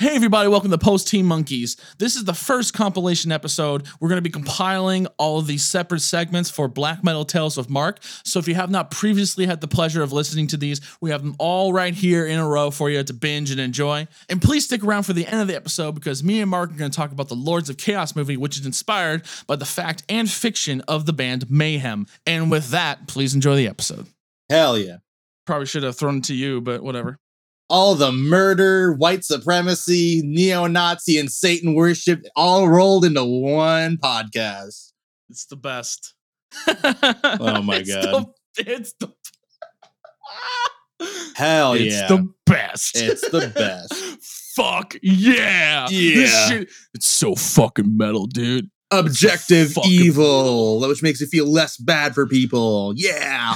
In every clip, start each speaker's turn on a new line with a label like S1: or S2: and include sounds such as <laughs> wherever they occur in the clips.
S1: Hey, everybody, welcome to Post Team Monkeys. This is the first compilation episode. We're going to be compiling all of these separate segments for Black Metal Tales of Mark. So if you have not previously had the pleasure of listening to these, we have them all right here in a row for you to binge and enjoy. And please stick around for the end of the episode because me and Mark are going to talk about the Lords of Chaos movie, which is inspired by the fact and fiction of the band Mayhem. And with that, please enjoy the episode.
S2: Hell yeah.
S1: Probably should have thrown it to you, but whatever.
S2: All the murder, white supremacy, neo Nazi, and Satan worship all rolled into one podcast.
S1: It's the best.
S2: Oh my
S1: It's
S2: God.
S1: the- <laughs> it's the
S3: Oh,
S2: Hell
S1: it's
S2: yeah.
S1: the best.
S2: it's the best.
S1: <laughs> Fuck yeah.
S2: Yeah.
S1: This shit, it's so fucking metal, dude.
S2: Objective
S1: Fuck.
S2: evil, which makes you feel less bad for people. Yeah.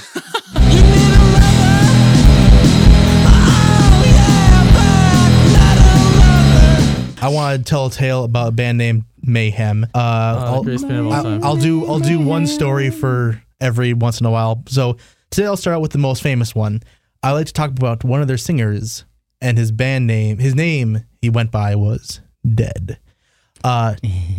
S4: I want to tell a tale about a band named Mayhem. Uh, I'll,
S3: Oh, greatest band of all
S4: I'll-
S3: time.
S4: I'll do I'll do one story for every once in a while. So today I'll start out with the most famous one. I like to talk about one of their singers and his band name. His name he went by was Dead. Uh,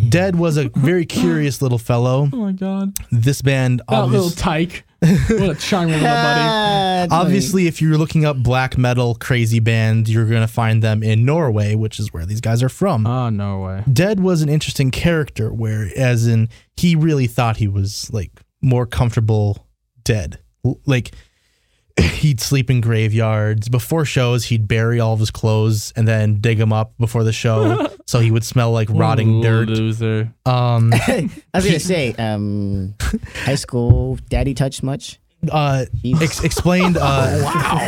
S4: Dead was a very curious little fellow.
S3: Oh my god.
S4: This band
S3: That little
S4: obviously.
S3: <laughs> tyke. What a charming little <laughs> buddy.
S4: Obviously, if you're looking up black metal crazy band, you're gonna find them in Norway, which is where these guys are from.
S3: Oh, no way.
S4: Dead was an interesting character where as in he really thought he was like more comfortable dead. L- Like <clears throat> he'd sleep in graveyards. Before shows, he'd bury all of his clothes and then dig them up before the show so he would smell like rotting dirt.
S3: Loser.
S4: Um
S5: <laughs> I was gonna say, um, high school, daddy touched much.
S4: uh ex- explained uh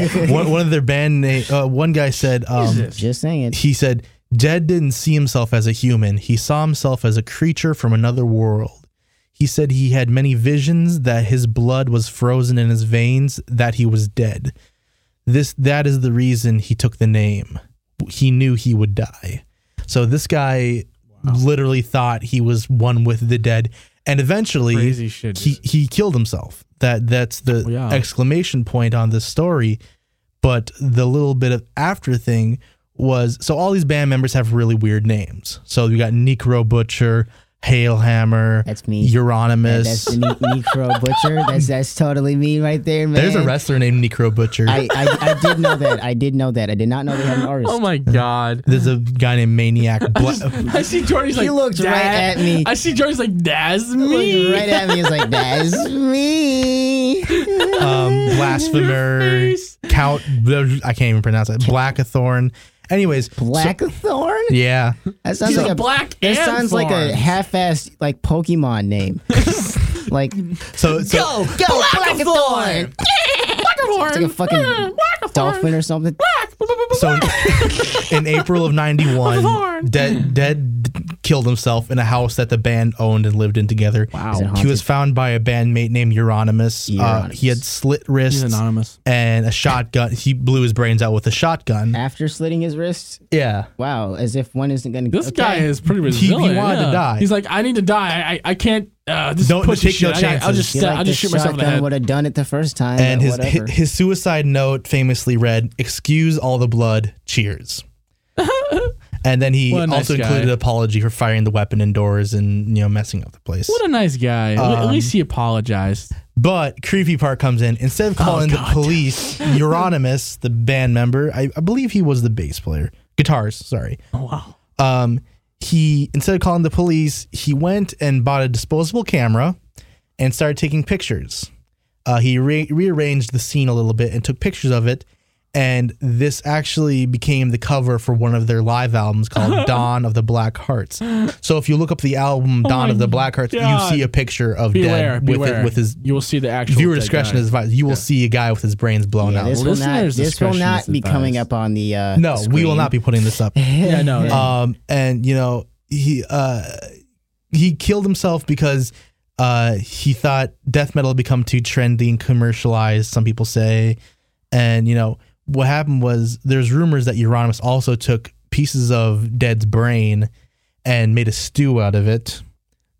S4: <laughs> one, one of their band name uh, one guy said um
S5: Just saying it.
S4: he said dead didn't see himself as a human he saw himself as a creature from another world he said he had many visions that his blood was frozen in his veins that he was dead this that is the reason he took the name he knew he would die so this guy literally thought he was one with the dead and eventually
S3: Crazy shit.
S4: he,
S3: dude.
S4: he killed himself. That that's the
S3: Yeah.
S4: exclamation point on this story. But the little bit of after thing was so all these band members have really weird names. So we got Necro Butcher, Hailhammer,
S5: That's me. That-
S4: Euronymous.
S5: that's the ne- necro butcher. That's that's totally me right there, man.
S4: There's a wrestler named Necro Butcher.
S5: I, I I did know that. I did know that. I did not know they
S4: <laughs>
S5: had an artist.
S3: Oh my god.
S4: There's a guy named Maniac.
S5: <laughs>
S4: Bla- <laughs>
S3: I see Jordy's
S5: He
S3: like,
S5: looked right
S3: "Dad."
S5: at me.
S3: I see Jordy's like, that's
S5: He
S3: me.
S5: looked right at me. He was like, "That's
S3: <laughs>
S5: me."
S4: um,
S3: Your
S4: Blasphemer,
S3: face.
S4: Count. I can't even pronounce it. Blackathorn. Anyways, so-
S5: Blackthorn.
S4: yeah.
S5: That sounds
S3: He's
S5: like
S3: a
S5: a
S3: black
S5: That
S3: and
S5: sounds like a
S3: thorns.
S5: half-assed like Pokemon
S3: <laughs>
S5: name. like
S4: So, so
S5: go go Blackthorn. It's like a fucking dolphin or something.
S4: So
S3: <laughs>
S4: in April of '91, Dead Dead killed himself in a house that the band owned and lived in together.
S3: Wow.
S5: Is it
S4: He
S5: haunted?
S4: was found by a bandmate named Euronymous. Uh,
S5: Euronymous.
S4: he had slit wrists
S3: He's anonymous.
S4: and a shotgun. He blew his brains out with a shotgun.
S5: after slitting his wrist.
S4: Yeah.
S5: Wow, as if one isn't going to.
S3: This guy is pretty
S4: he
S3: resilient.
S4: wanted to
S3: yeah.
S4: die.
S3: He's like, I need to die. I, I, I can't. Uh, this
S4: Don't
S3: pussy
S4: take no
S3: shit. I- I'll just
S4: chances.
S3: stab, I'll just shoot myself in the head.
S5: Would have done it the first time.
S4: And
S5: but
S4: his
S5: whatever.
S4: <laughs> his suicide note famously read, "Excuse all the blood. Cheers." and then he
S3: What a nice
S4: also
S3: guy.
S4: included an apology for firing the weapon indoors and you know messing up the place. Um,
S3: What a nice guy. At least he apologized. Oh,
S4: But creepy part comes in. Instead of calling the
S3: God. <laughs>
S4: police, Euronymous, the band member, I, I believe he was the bass player, guitarist, sorry.
S3: Oh, Wow.
S4: Um, he instead of calling the police, he went and bought a disposable camera and started taking pictures. Uh, he re- rearranged the scene a little bit and took pictures of it. And this actually became the cover for one of their live albums
S3: <laughs>
S4: called Dawn of the Black Hearts. So if you look up the album Dawn
S3: Oh my
S4: of the Black Hearts,
S3: God.
S4: you see a picture of
S3: Beware.
S4: Dead with,
S3: beware.
S4: it, with his
S3: you will see the actual
S4: viewer
S3: dead
S4: discretion
S3: guy.
S4: is advised. You will see a guy with his brains blown
S5: Yeah,
S4: out.
S5: this will not.
S3: Listener's
S5: This will
S3: discretion
S5: not
S3: is
S5: be coming
S3: advised.
S5: up on the. Uh,
S4: no, we will
S5: screen.
S4: not
S5: <laughs>
S4: be putting this up.
S3: Yeah, no. no.
S4: um, and you know he uh, he killed himself because uh, he thought death metal had become too trendy and commercialized. Some people say, and you know what happened was there's rumors that Euronymous also took pieces of Dead's brain and made a stew out of it.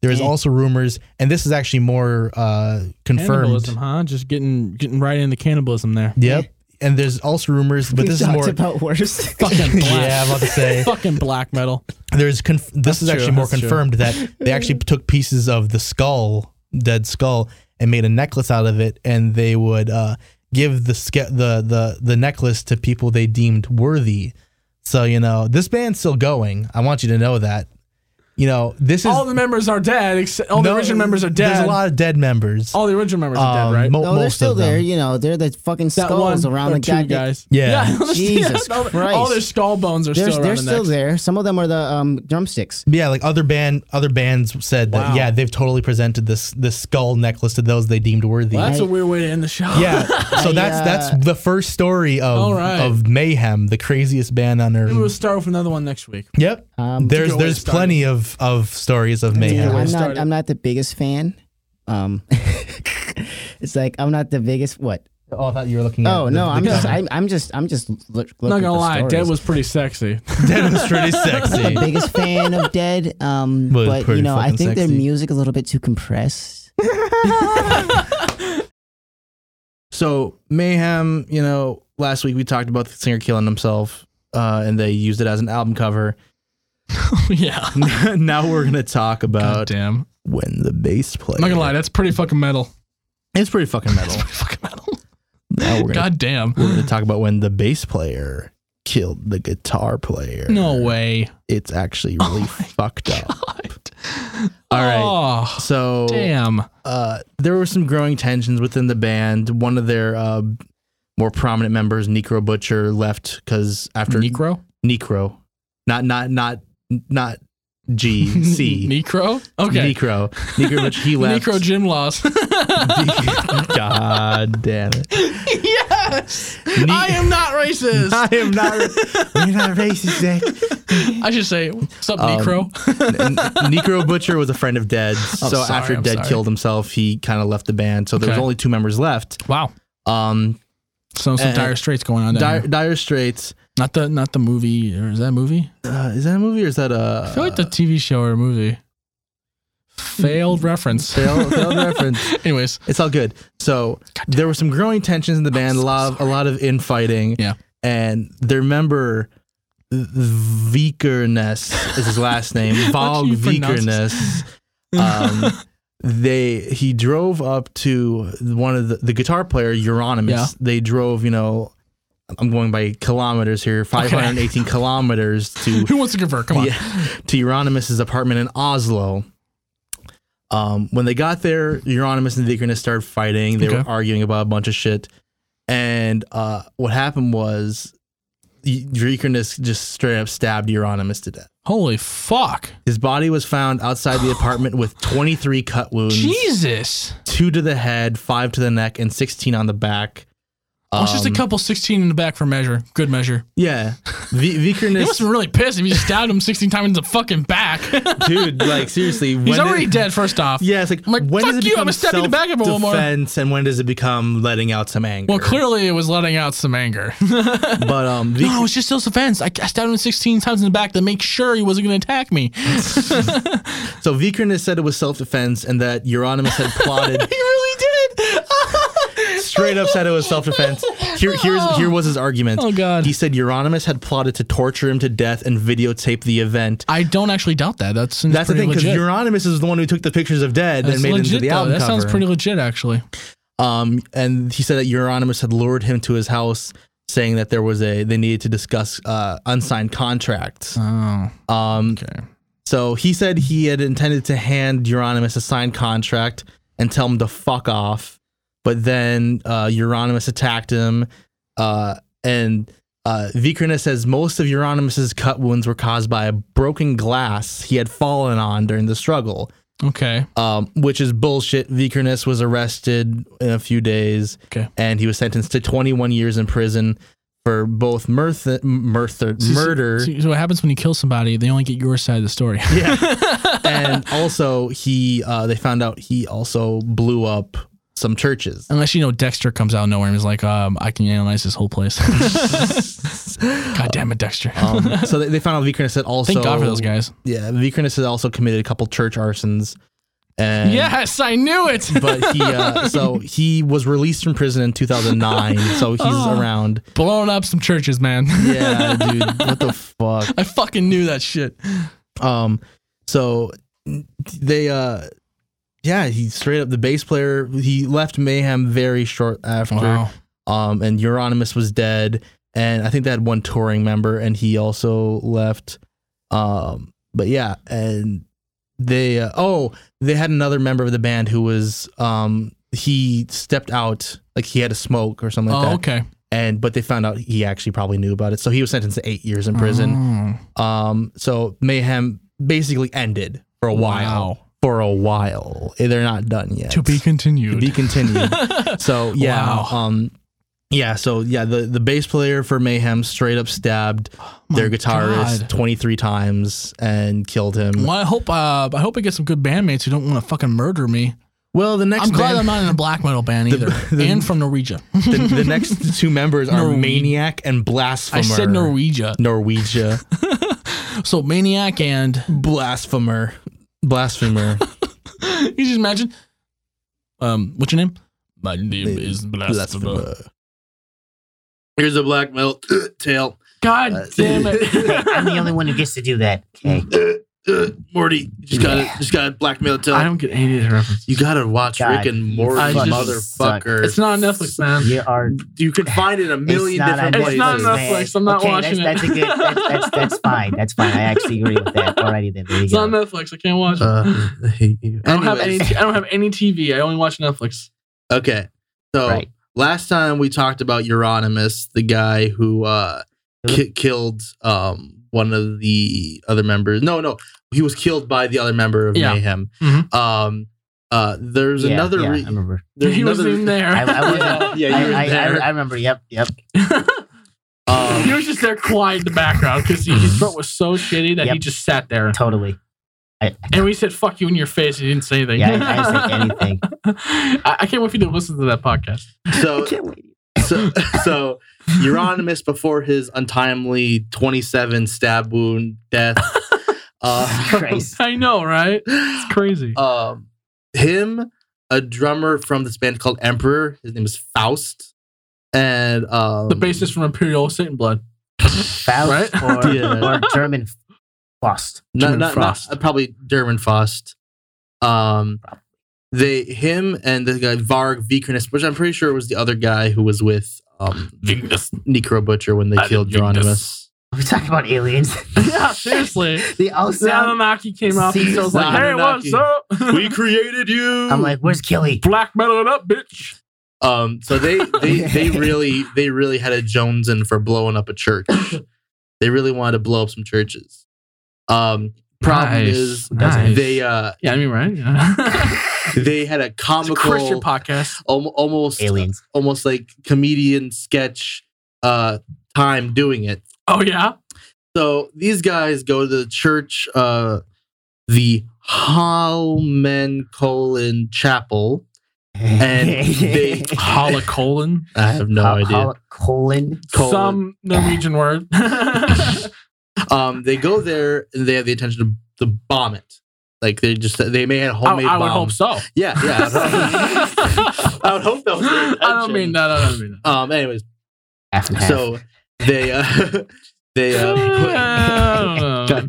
S4: There is
S5: Eh.
S4: also rumors, and this is actually more uh, confirmed.
S3: Cannibalism, huh? Just getting getting right into cannibalism there.
S4: Yep. and there's also rumors, but this is
S5: Talked
S4: more. <laughs>
S5: about worse.
S3: Fucking black.
S4: yeah, I'm about to say
S3: Fucking black metal.
S4: there's conf- this is
S3: true,
S4: actually more
S3: that's true.
S4: confirmed that they
S5: <laughs>
S4: actually took pieces of the skull, dead skull, and made a necklace out of it, and they would uh, give the, ske- the the the necklace to people they deemed worthy. So you know this band's still going. I want you to know that. You know this is
S3: <laughs> All the members are dead. Except, all the
S4: no,
S3: original members are dead.
S4: There's a lot of dead members.
S3: all the original members are
S4: Um,
S3: dead, right?
S4: mo-
S5: No, they're
S4: most
S5: still
S4: of them.
S5: there. You know, they're the fucking
S3: That
S5: skulls
S3: one
S5: around
S3: or
S5: the
S3: two
S5: goddamn-
S3: guys.
S4: Yeah.
S3: <laughs>
S5: Jesus
S3: all, their- all
S5: Christ.
S3: their skull bones are
S5: They're,
S3: still
S5: they're
S3: around
S5: still
S3: the neck.
S5: there. Some of them are the um, drumsticks.
S4: <laughs> Yeah, like other band other bands said that
S3: Wow.
S4: yeah, they've totally presented this this skull necklace to those they deemed worthy.
S3: Well, that's a weird way to end the show.
S4: yeah. So that's that's the first story of
S3: All right.
S4: of Mayhem, the craziest band on earth.
S3: We'll start with another one next week.
S4: yep.
S5: Um,
S4: there's
S3: Good way
S4: there's
S3: to start
S4: plenty of of stories of Mayhem.
S3: way
S5: I'm
S3: to start
S5: not.
S3: it.
S5: I'm not the biggest fan. Um, <laughs> it's like I'm not the biggest. What?
S4: Oh, I thought you were looking at
S5: Oh
S4: the-
S5: no, I'm <laughs>
S4: the <laughs>
S5: just. I'm, I'm just. I'm just. Look, look
S3: Not
S5: at
S3: gonna
S5: the
S3: lie,
S5: stories.
S3: Dead was
S4: <laughs>
S3: pretty sexy. <laughs>
S4: Dead was
S5: <laughs>
S4: pretty sexy.
S5: biggest fan of Dead. Um,
S4: <laughs> Well, it's
S5: but
S4: pretty
S5: you know, I
S4: fucking
S5: think their
S4: sexy.
S5: music a little bit too compressed.
S4: So Mayhem, you know, last week we talked about the singer killing himself, uh, and they used it as an album cover. <laughs>
S3: yeah.
S4: now we're gonna talk about
S3: damn.
S4: when the bass player.
S3: I'm not gonna lie, that's pretty fucking metal. <laughs>
S4: It's pretty fucking metal.
S3: Fucking metal.
S4: now we're gonna
S3: God damn.
S4: We're going to talk about when the bass player killed the guitar player.
S3: No way.
S4: It's
S3: <laughs>
S4: actually really fucked up. All right.
S3: Oh,
S4: So
S3: damn.
S4: uh, there were some growing tensions within the band. One of their uh, more prominent members, Necro Butcher, left because after
S3: Necro?
S4: Necro, not not not not G
S3: <laughs>
S4: C
S3: Necro? Okay.
S4: Necro Necro Butcher
S3: <laughs>
S4: he left.
S3: Necro gym <laughs> laws.
S4: God damn it!
S3: yes.
S4: Ne-
S3: I am not
S4: <laughs>
S3: racist.
S4: I am not. You're not racist, Zach. Um,
S3: I should say, what's up, Necro? Oh,
S4: N- Necro Butcher was a friend of Dead's. so
S3: sorry,
S4: after
S3: I'm
S4: Dead
S3: sorry.
S4: killed himself, he kind of left the band. So there was
S3: Okay.
S4: only two members left.
S3: Wow.
S4: Um,
S3: So some
S4: Uh,
S3: dire straits going on. down
S4: dire,
S3: here.
S4: dire Straits.
S3: Not the not the movie, or is that a movie? Uh,
S4: Uh, is that a movie or is that a?
S3: I feel
S4: <laughs>
S3: like the TV show or movie. <laughs> Failed reference.
S4: Failed- failed reference.
S3: Anyways,
S4: It's all good. So there were some growing tensions in the band. a lot, of, a lot of infighting.
S3: Yeah.
S4: And their member, Vikerness is his
S3: <laughs>
S4: last name.
S3: How
S4: Valg
S3: do you pronounce
S4: Vikerness.
S3: <laughs>
S4: Um, they he drove up to one of the, the guitar player Euronymous.
S3: Yeah.
S4: They drove, you know, I'm going by kilometers here, 518 kilometers
S3: <laughs>
S4: to
S3: who wants to convert? Come on.
S4: yeah, to Euronymous' apartment in Oslo. Um, when they got there, Euronymous and Vikernes started fighting. They were
S3: Okay.
S4: arguing about a bunch of shit. And uh, what happened was Vikernes just straight up stabbed Euronymous to death.
S3: Holy fuck.
S4: His body was found outside the apartment with 23 cut wounds,
S3: Jesus.
S4: two to the head, five to the neck, and 16 on the back.
S3: Oh, it's just a
S4: Um,
S3: couple 16 in the back for measure. Good measure. <laughs>
S4: Yeah. V-
S3: He must
S4: Vikernes,
S3: have been really pissed if you stabbed him 16 times in the fucking back. <laughs>
S4: dude, like seriously.
S3: He's already dead, first off.
S4: Yeah, it's like,
S3: I'm like,
S4: when does
S3: "Fuck
S4: it
S3: you,
S4: become
S3: I'm gonna stab you in the back every one more.
S4: self-defense and when does it become letting out some anger?
S3: Well, clearly it was letting out some anger.
S4: But um, the-
S3: no, it was Oh, just self-defense. I, I stabbed him 16 times in the back to make sure he wasn't going to attack me.
S4: so Vikernes said it was self-defense and that Euronymous had plotted.
S3: <laughs> He really
S4: <laughs>
S3: did.
S4: straight up said it was self-defense. Here, here's here was his argument. <laughs>
S3: Oh, God.
S4: He said Euronymous had plotted to torture him to death and videotape the event.
S3: I don't actually doubt that. That seems
S4: That's the
S3: pretty
S4: thing because
S3: legit.
S4: Euronymous is the one who took the pictures of dead
S3: That's
S4: and made it into
S3: legit,
S4: the
S3: though.
S4: album
S3: That
S4: cover.
S3: sounds pretty legit, actually.
S4: Um, and he said that Euronymous had lured him to his house, saying that there was a they needed to discuss uh, unsigned contracts.
S3: Oh,
S4: Um,
S3: okay.
S4: So he said he had intended to hand Euronymous a signed contract and tell him to fuck off. But then uh, Euronymous attacked him. Uh, and uh, Vikernes says most of Euronymous' cut wounds were caused by a broken glass he had fallen on during the struggle,
S3: Okay.
S4: um, which is bullshit. Vikernes was arrested in a few days
S3: Okay.
S4: and he was sentenced to 21 years in prison for both mirth- mirth- murder.
S3: So, so what happens when you kill somebody? They only get your side of
S4: <laughs>
S3: the story.
S4: and also he uh, they found out he also blew up some churches
S3: <laughs> Unless you know Dexter comes out of nowhere and is like, um, I can analyze this
S4: <laughs>
S3: whole place. <laughs> God damn it, Dexter. <laughs>
S4: um, so they, they found out Vikernes had also
S3: Thank God for those guys.
S4: yeah Vikernes had also committed a couple church arsons And
S1: Yes, I knew it.
S4: <laughs>
S3: <laughs>
S4: But he, uh, so he was released from prison in 2009. So he's around.
S1: Blowing up some churches, man.
S4: Yeah,
S3: <laughs>
S4: dude. What the fuck?
S1: I fucking knew that shit.
S4: Um, so they, uh, yeah, he straight up the bass player. He left Mayhem very short after. Um, and Euronymous was dead, and I think they had one touring member, and he also left. Um, but yeah, and they, uh, oh, they had another member of the band who was, um, he stepped out, like he had a smoke or something like
S1: oh,
S4: that.
S1: okay.
S4: And but they found out he actually probably knew about it, so he was sentenced to eight years in prison.
S3: Mm.
S4: Um, so mayhem basically ended for a while.
S1: Wow.
S4: For a while, Eh, they're not done yet.
S1: To be
S4: To
S1: continued.
S4: be continued. so yeah,
S1: Wow.
S4: um, yeah. So yeah, the the bass player for Mayhem straight up stabbed their guitarist
S1: God.
S4: twenty three times and killed him.
S1: well, I hope uh, I hope I get some good bandmates who don't want to fucking murder me.
S4: Well, the next
S1: I'm glad
S4: band-
S1: I'm not in a black metal band
S4: <laughs>
S1: either, and from Norwegia.
S4: the, the
S3: <laughs>
S4: next two members are
S1: Norwe-
S4: Maniac and
S1: <laughs>
S4: Blasphemer.
S1: I said Norwegia, <laughs>
S4: Norwegia.
S1: so maniac and
S4: Blasphemer. Blasphemer.
S1: <laughs> you just imagine. Um, what's your name? My name is Blasphemer.
S4: Blasphemer.
S6: Here's a black metal tail.
S1: God damn it!
S5: <laughs> I'm the only one who gets to do that. Okay.
S6: Morty, you just gotta, just gotta blackmail tail.
S3: I don't get any of the references.
S6: you gotta watch
S5: God,
S6: Rick and Morty,
S3: I just
S6: motherfucker.
S3: It's not on Netflix, man.
S5: You are.
S6: you could find it a million
S5: not on
S6: different
S3: It's
S6: places.
S3: not
S5: Netflix,
S3: Netflix.
S5: man.
S3: I'm not
S5: okay,
S3: watching
S5: that's,
S3: it.
S5: That's, a good, that's, that's, that's fine. That's fine. I actually agree with
S3: <laughs>
S5: that. Alrighty then. There you
S3: It's on
S5: go.
S3: Netflix. I can't watch it.
S6: Uh, I hate you.
S3: I don't have any.
S6: Anyways,
S3: I don't have any TV. I only watch Netflix.
S6: Okay, so
S5: Right.
S6: last time we talked about Euronymous, the guy who uh, ki- killed um, one of the other members. No, no, he was killed by the other member of
S3: Yeah.
S6: Mayhem.
S3: Mhm.
S6: Um, uh, there's
S5: yeah,
S6: another.
S5: Yeah,
S6: re-
S5: I remember.
S6: there's
S3: he was
S6: another-
S3: in there.
S5: I, I
S6: <laughs>
S5: wasn't.
S6: yeah, yeah, you were
S5: I, I, I,
S6: there.
S5: I remember. Yep. Yep.
S6: Um,
S3: he was just there, quiet in the background
S5: <laughs>
S3: because his throat was so shitty that he
S5: Yep.
S3: just sat there.
S5: Totally. I,
S3: And we said "fuck you" in your face. and He didn't say anything.
S5: yeah, I, I
S3: <laughs>
S5: didn't say anything.
S3: I, I can't wait for you to listen to that podcast.
S6: so so so Euronymous before his untimely 27 stab wound
S5: <laughs>
S6: death. Uh,
S5: Christ.
S3: I know, right? It's crazy.
S6: um, him, a drummer from this band called Emperor. His name is Faust, and um,
S3: the bassist from Imperial Satan Blood.
S5: Faust
S3: Right?
S5: or,
S6: Yeah.
S3: <laughs>
S5: or German Faust.
S6: not,
S3: German
S6: not,
S3: Frost.
S6: Not, uh, probably German Frost. Um, they him and the guy Varg Vikernes, which I'm pretty sure was the other guy who was with um, Necro Butcher when they
S3: I
S6: killed
S3: didn't think
S6: Euronymous.
S5: We're talking about aliens.
S3: <laughs>
S5: <laughs>
S3: yeah, seriously.
S5: they all
S3: The
S5: sound.
S3: Anunnaki came out.
S5: See,
S3: and I was like, "Hey,
S6: Anunnaki.
S3: what's up? <laughs>
S6: we created you.
S5: I'm like, where's Killy?
S3: Black metal it up, bitch."
S6: Um, so they
S3: <laughs>
S6: they they really they really had a Jones in for blowing up a church. They really wanted to blow up some churches. Um, problem
S3: Nice,
S6: is
S3: nice.
S6: they uh
S3: Yeah, I mean, right? Yeah.
S6: <laughs> they had a
S3: it's a Christian
S6: comical,
S3: podcast.
S6: al- almost
S5: Aliens.
S6: almost like comedian sketch uh time doing it.
S3: Oh yeah,
S6: So these guys go to the church, uh, the Holmenkollen Chapel. And
S3: <laughs>
S6: they-
S3: Holocolon.
S6: I have no
S5: Ho-
S6: idea.
S5: ho- colon.
S6: Colon.
S3: Some Norwegian word.
S6: Um, they go there and they have the intention to, to bomb it. Like they just they may have
S3: I,
S6: homemade
S3: I would
S6: bomb.
S3: hope so.
S6: Yeah, yeah. I would hope that was their
S3: <gasps> I don't
S6: intention.
S3: mean that. I don't mean that.
S6: Um, anyways,
S5: Half and half.
S6: so they uh, they uh,
S3: Uh,
S1: <laughs>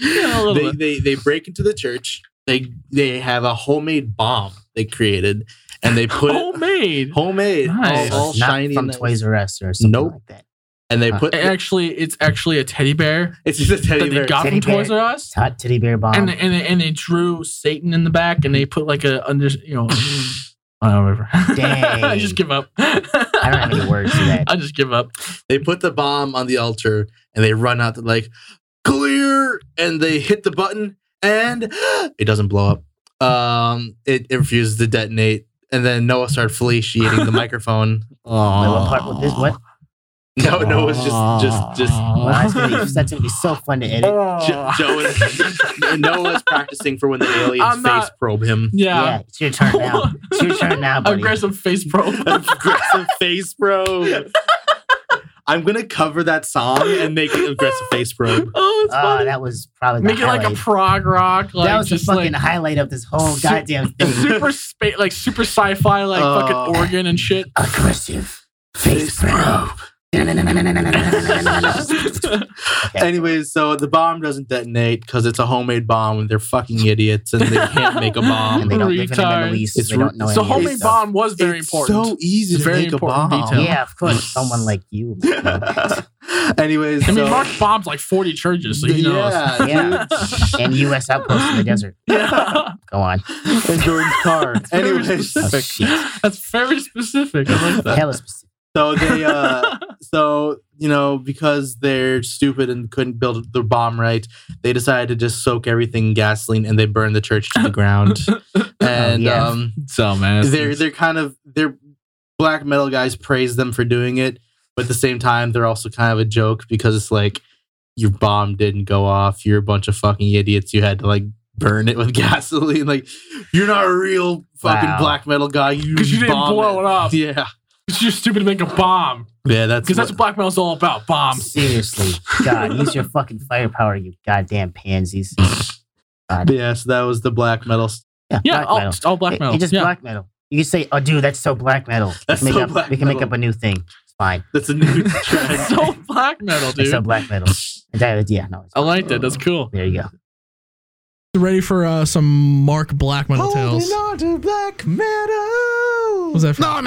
S3: yeah, a little
S6: they,
S3: bit.
S6: they they break into the church. They they have a homemade bomb they created and they put it
S3: Homemade.
S6: homemade,
S3: Nice.
S6: all, all
S5: It's not
S6: shiny,
S5: from
S6: and nice.
S5: Toys R Us or something
S6: Nope.
S5: like that.
S6: and they put
S3: Actually, it's actually a teddy bear
S6: it's just a
S3: that
S6: teddy
S3: they
S6: bear.
S3: got
S5: Teddy
S3: from Toys
S5: bear.
S3: R Us.
S5: It's hot titty bear bomb.
S3: and <laughs> they, and they, and they drew Satan in the back, and they put like a under, you know, I don't remember. I
S5: Dang.
S3: just give up. I
S5: I don't have any words for that.
S3: I <laughs> just give up.
S6: They put the bomb on the altar and they run out to like clear and they hit the button and <gasps> it doesn't blow up. Um, it, it refuses to detonate. And then Noah started feliciating
S3: <laughs>
S6: the microphone.
S5: Wait, what part was this? What?
S6: <laughs> No, no, it was just just just
S5: Well, that's, gonna
S3: <laughs>
S5: be, that's gonna be so fun to edit.
S6: <laughs> Jo- Joe and <laughs> Noah's practicing for when the aliens
S3: I'm
S6: face
S3: not-
S6: probe him.
S3: <laughs> yeah.
S5: Yeah, it's your turn now.
S1: <laughs>
S5: It's your turn now, buddy.
S3: Aggressive face probe.
S6: Aggressive face probe. <laughs> I'm gonna cover that song and make it aggressive face probe.
S1: Oh, it's
S5: Oh,
S1: funny.
S5: that was probably the
S1: Make it like a
S5: highlight.
S1: prog rock. Like,
S5: that was the
S1: just
S5: fucking
S1: like,
S5: highlight of
S1: <laughs>
S5: this whole
S1: Su-
S5: goddamn
S6: <laughs>
S5: thing.
S1: super spa- like super sci-fi, like
S6: Oh.
S1: fucking organ and shit.
S5: Aggressive face probe. <laughs>
S6: Anyways, so the bomb doesn't detonate because it's a homemade bomb and they're fucking idiots and they can't make
S1: <laughs>
S6: a bomb.
S5: And they don't live in the
S1: Retard.
S5: Middle East.
S6: It's
S5: they don't know
S6: re-
S1: So
S5: any of
S1: homemade
S5: this stuff.
S1: bomb was very
S6: It's
S1: important.
S6: So easy
S1: It's
S6: to
S1: very
S6: make a
S1: important
S6: bomb.
S1: detail.
S5: Yeah, of course. Someone like you.
S1: <laughs>
S6: <laughs> Anyways,
S1: I mean,
S6: so-
S1: Mark bombed like 40 churches, so you <laughs> know.
S6: yeah,
S5: yeah. And U.S. outposts in the desert. Go
S1: <laughs>
S5: on.
S6: dude. And Jordan's car.
S1: very
S6: Anyways,
S5: Oh,
S1: specific.
S5: shit.
S1: That's very specific. I like that. <laughs>
S5: Hella specific.
S6: so they, uh, so you know, because they're stupid and couldn't build the bomb right, they decided to just soak everything in gasoline and they burned the church to the ground. And
S5: Yeah.
S6: um,
S3: So man, it's-
S6: they're they're kind of they're black metal guys praise them for doing it, but at the same time they're also kind of a joke because it's like your bomb didn't go off, you're a bunch of fucking idiots, you had to like burn it with <laughs> gasoline. Like you're not a real fucking
S5: Wow.
S6: black metal guy.
S3: <laughs>
S6: You,
S1: 'Cause you didn't
S6: bomb
S1: blow it up.
S6: Yeah.
S1: It's just stupid to make a bomb.
S6: Yeah, that's
S1: Because that's what black metal's all about. Bombs.
S5: Seriously, God, use your fucking firepower, you goddamn pansies.
S6: yeah, so that was the black metal. s-
S1: <laughs> Yeah, oh,
S5: black
S1: all,
S5: metal.
S1: all black
S5: It-
S1: metal.
S5: It, just
S1: yeah.
S5: black metal. You can say, "Oh, dude, that's so black metal."
S6: That's
S5: we can,
S6: so
S5: make up,
S6: black
S5: we can make
S6: metal.
S5: up a new thing. It's fine.
S6: That's a <laughs> new
S1: It's
S6: trend.
S1: so black metal, dude.
S5: It's so black metal. That- yeah, no. It's
S1: I like that. That's cool.
S5: there you go.
S3: ready for uh, some Mark Black metal tales.
S4: on to black metal.
S3: What was that from?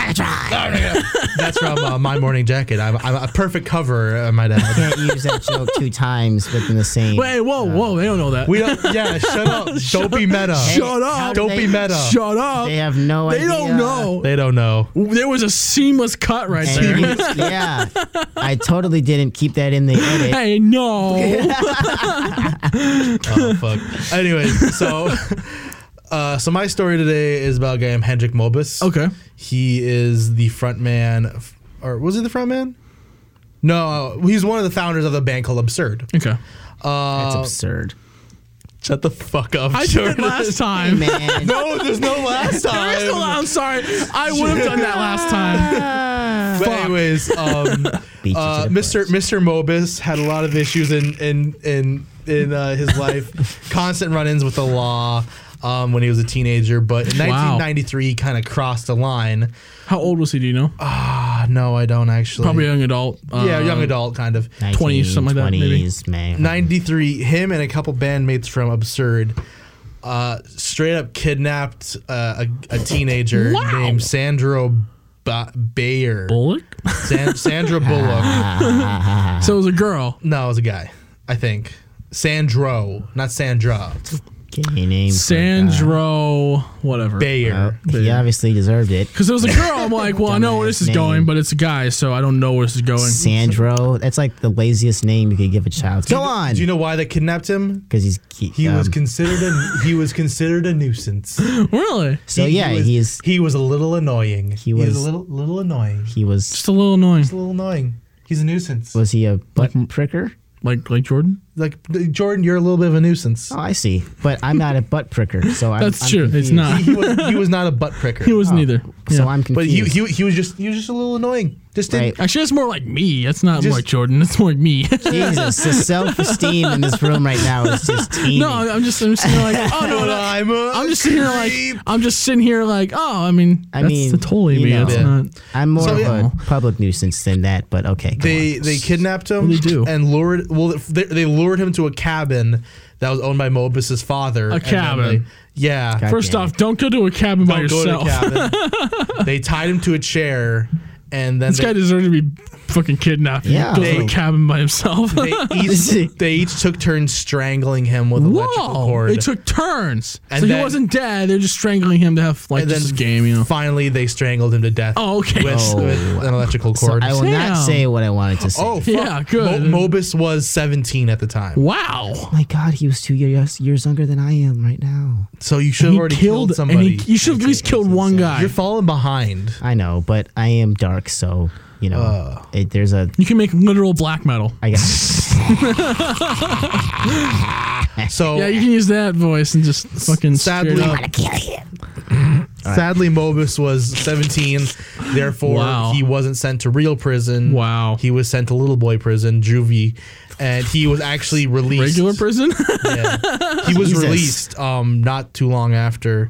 S4: <laughs> That's from uh, My Morning Jacket. I'm, I'm a perfect cover, uh, I might
S5: I
S4: add.
S5: can't use that joke two times within the same.
S3: Wait, whoa, whoa! They don't know that.
S4: We don't, yeah, shut up. Don't be meta.
S5: Hey,
S3: <laughs> Shut
S5: how
S3: up.
S5: do
S4: Don't
S5: they-
S4: be meta.
S3: Shut up!
S5: They have no
S3: They
S5: idea.
S3: don't know.
S4: They don't know.
S3: there was a seamless cut right
S5: And-
S3: there.
S5: yeah, I totally didn't keep that in the edit.
S3: hey, no.
S4: Oh, <laughs> fuck. Anyways, so. <laughs> Uh, so my story today is about a guy named Hendrik Mobus.
S3: okay.
S4: He is the front man, of- or was he the front man? No, uh, he's one of the founders of the band called Absurd.
S3: Okay.
S5: That's
S4: Uh,
S5: absurd.
S4: shut the fuck up.
S3: I did it <laughs> last time.
S5: Man,
S4: No, there's no last time.
S3: There is no- I'm sorry. I would have done that last time.
S4: But anyways, <laughs> um,
S5: Beat you to
S4: uh,
S5: the
S4: Mr.
S5: punch.
S4: Mr. Mobus had a lot of issues in in in in uh, <laughs> his life, constant run-ins with the law um, when he was a teenager. But in 1993, he kind of crossed the line.
S3: How old was he? Do you know?
S4: Ah, no, I don't actually.
S3: Probably a young adult.
S4: yeah,
S3: Um,
S4: young adult kind of.
S3: 20, something like that, maybe.
S5: 1920s, man.
S4: 93 him and a couple bandmates from absurd uh, straight up kidnapped uh, a, a teenager named sandro ba- bayer
S3: Bullock.
S4: San-
S5: <laughs>
S4: sandra
S5: Ah.
S4: bullock
S3: So it was a
S5: Oh
S3: girl.
S4: no it was a guy i think sandro not sandra
S5: Gay name. for God.
S3: Sandro, whatever.
S4: bayer
S5: He obviously deserved it.
S3: Because it was a girl.
S5: <laughs>
S3: I'm like, well, I know where this is
S5: Dumbass
S3: going,
S5: name.
S3: but it's a guy, so I don't know where this is going.
S5: Sandro. That's like the laziest name you could give a child. Go on.
S4: do you know why they kidnapped him
S5: Because he's ki-
S4: he was
S5: um,
S4: considered a he was considered a nuisance
S3: Really?
S5: so yeah,
S4: he was,
S5: he's
S4: he was a little annoying he was,
S5: was-
S4: a little little annoying
S5: he was
S3: Just a little annoying.
S4: a little annoying he's a nuisance
S5: was he a butt pricker?
S3: Like like Jordan?
S4: like Jordan, you're a little bit of a nuisance.
S5: Oh, I see. But I'm not a butt pricker, so I'm,
S3: That's
S5: I'm
S3: true. It's
S5: confused. Oh.
S3: not.
S4: he, was, he was not a butt pricker.
S3: <laughs> He was neither.
S5: So
S3: Yeah.
S5: I'm confused.
S4: but he, he he was just he was just a little annoying. Just didn't.
S3: Actually, that's more like me. That's not
S4: Just-
S3: like Jordan. That's more like me. <laughs>
S5: Jesus, the self-esteem in this room right now is just teeming.
S3: <laughs> no, I'm just I'm just sitting here like, oh no,
S5: <laughs>
S3: no.
S4: I'm, a
S3: I'm just sitting here like I'm just sitting here like, oh, I mean,
S5: I
S3: that's
S5: mean,
S3: totally
S5: you
S3: me.
S5: know.
S3: That's
S5: Yeah.
S3: not.
S5: I'm more
S4: So,
S5: of
S4: yeah.
S5: a public nuisance than that, but okay. go
S4: they they kidnapped him.
S3: They do.
S4: and lured well they, they lured him to a cabin that was owned by Mobus's father. and then
S3: cabin.
S4: they- yeah.
S5: God
S3: First
S5: damn
S3: off, don't go to a cabin by
S4: Don't go to
S3: yourself.
S4: the cabin. they tied him to a chair, and then
S3: <laughs> This
S4: they,
S3: guy deserved to be fucking kidnapped.
S5: Yeah.
S3: Yeah, go to
S4: They-
S3: a cabin by himself.
S4: they
S3: <laughs>
S4: each they each took turns strangling him with electrical
S3: Whoa!
S4: cord.
S3: They took turns,
S4: And
S3: so
S4: then-
S3: he wasn't dead. They're just strangling him to have like
S4: and
S3: just
S4: then
S3: this game,
S4: <laughs>
S3: you know.
S4: finally they strangled him to death.
S3: Oh, okay.
S4: with,
S5: Oh.
S4: with an electrical
S5: So
S4: cord.
S5: I will not
S3: Damn.
S5: say what I wanted to say.
S4: oh, fuck.
S3: Yeah, good.
S4: Mo- Mobus was 17 at the time,
S3: wow.
S5: Oh my God, he was two years years younger than I am right now.
S4: so you should have already killed, somebody.
S3: And he, you should have at least killed one guy.
S4: You're falling behind.
S5: I know, but I am dark, so you know,
S4: Uh.
S5: it, there's a
S3: you can make literal black metal.
S4: <laughs>
S5: I got
S4: So
S3: Yeah, you can use that voice and just fucking.
S4: sadly,
S3: straight up-
S5: to kill you.
S4: sadly, Mobus was 17. Therefore,
S3: Wow.
S4: he wasn't sent to real prison.
S3: Wow.
S4: He was sent to little boy prison, juvie, and he was actually released.
S3: Regular prison?
S4: <laughs> Yeah. He was
S5: Jesus.
S4: released um, not too long after,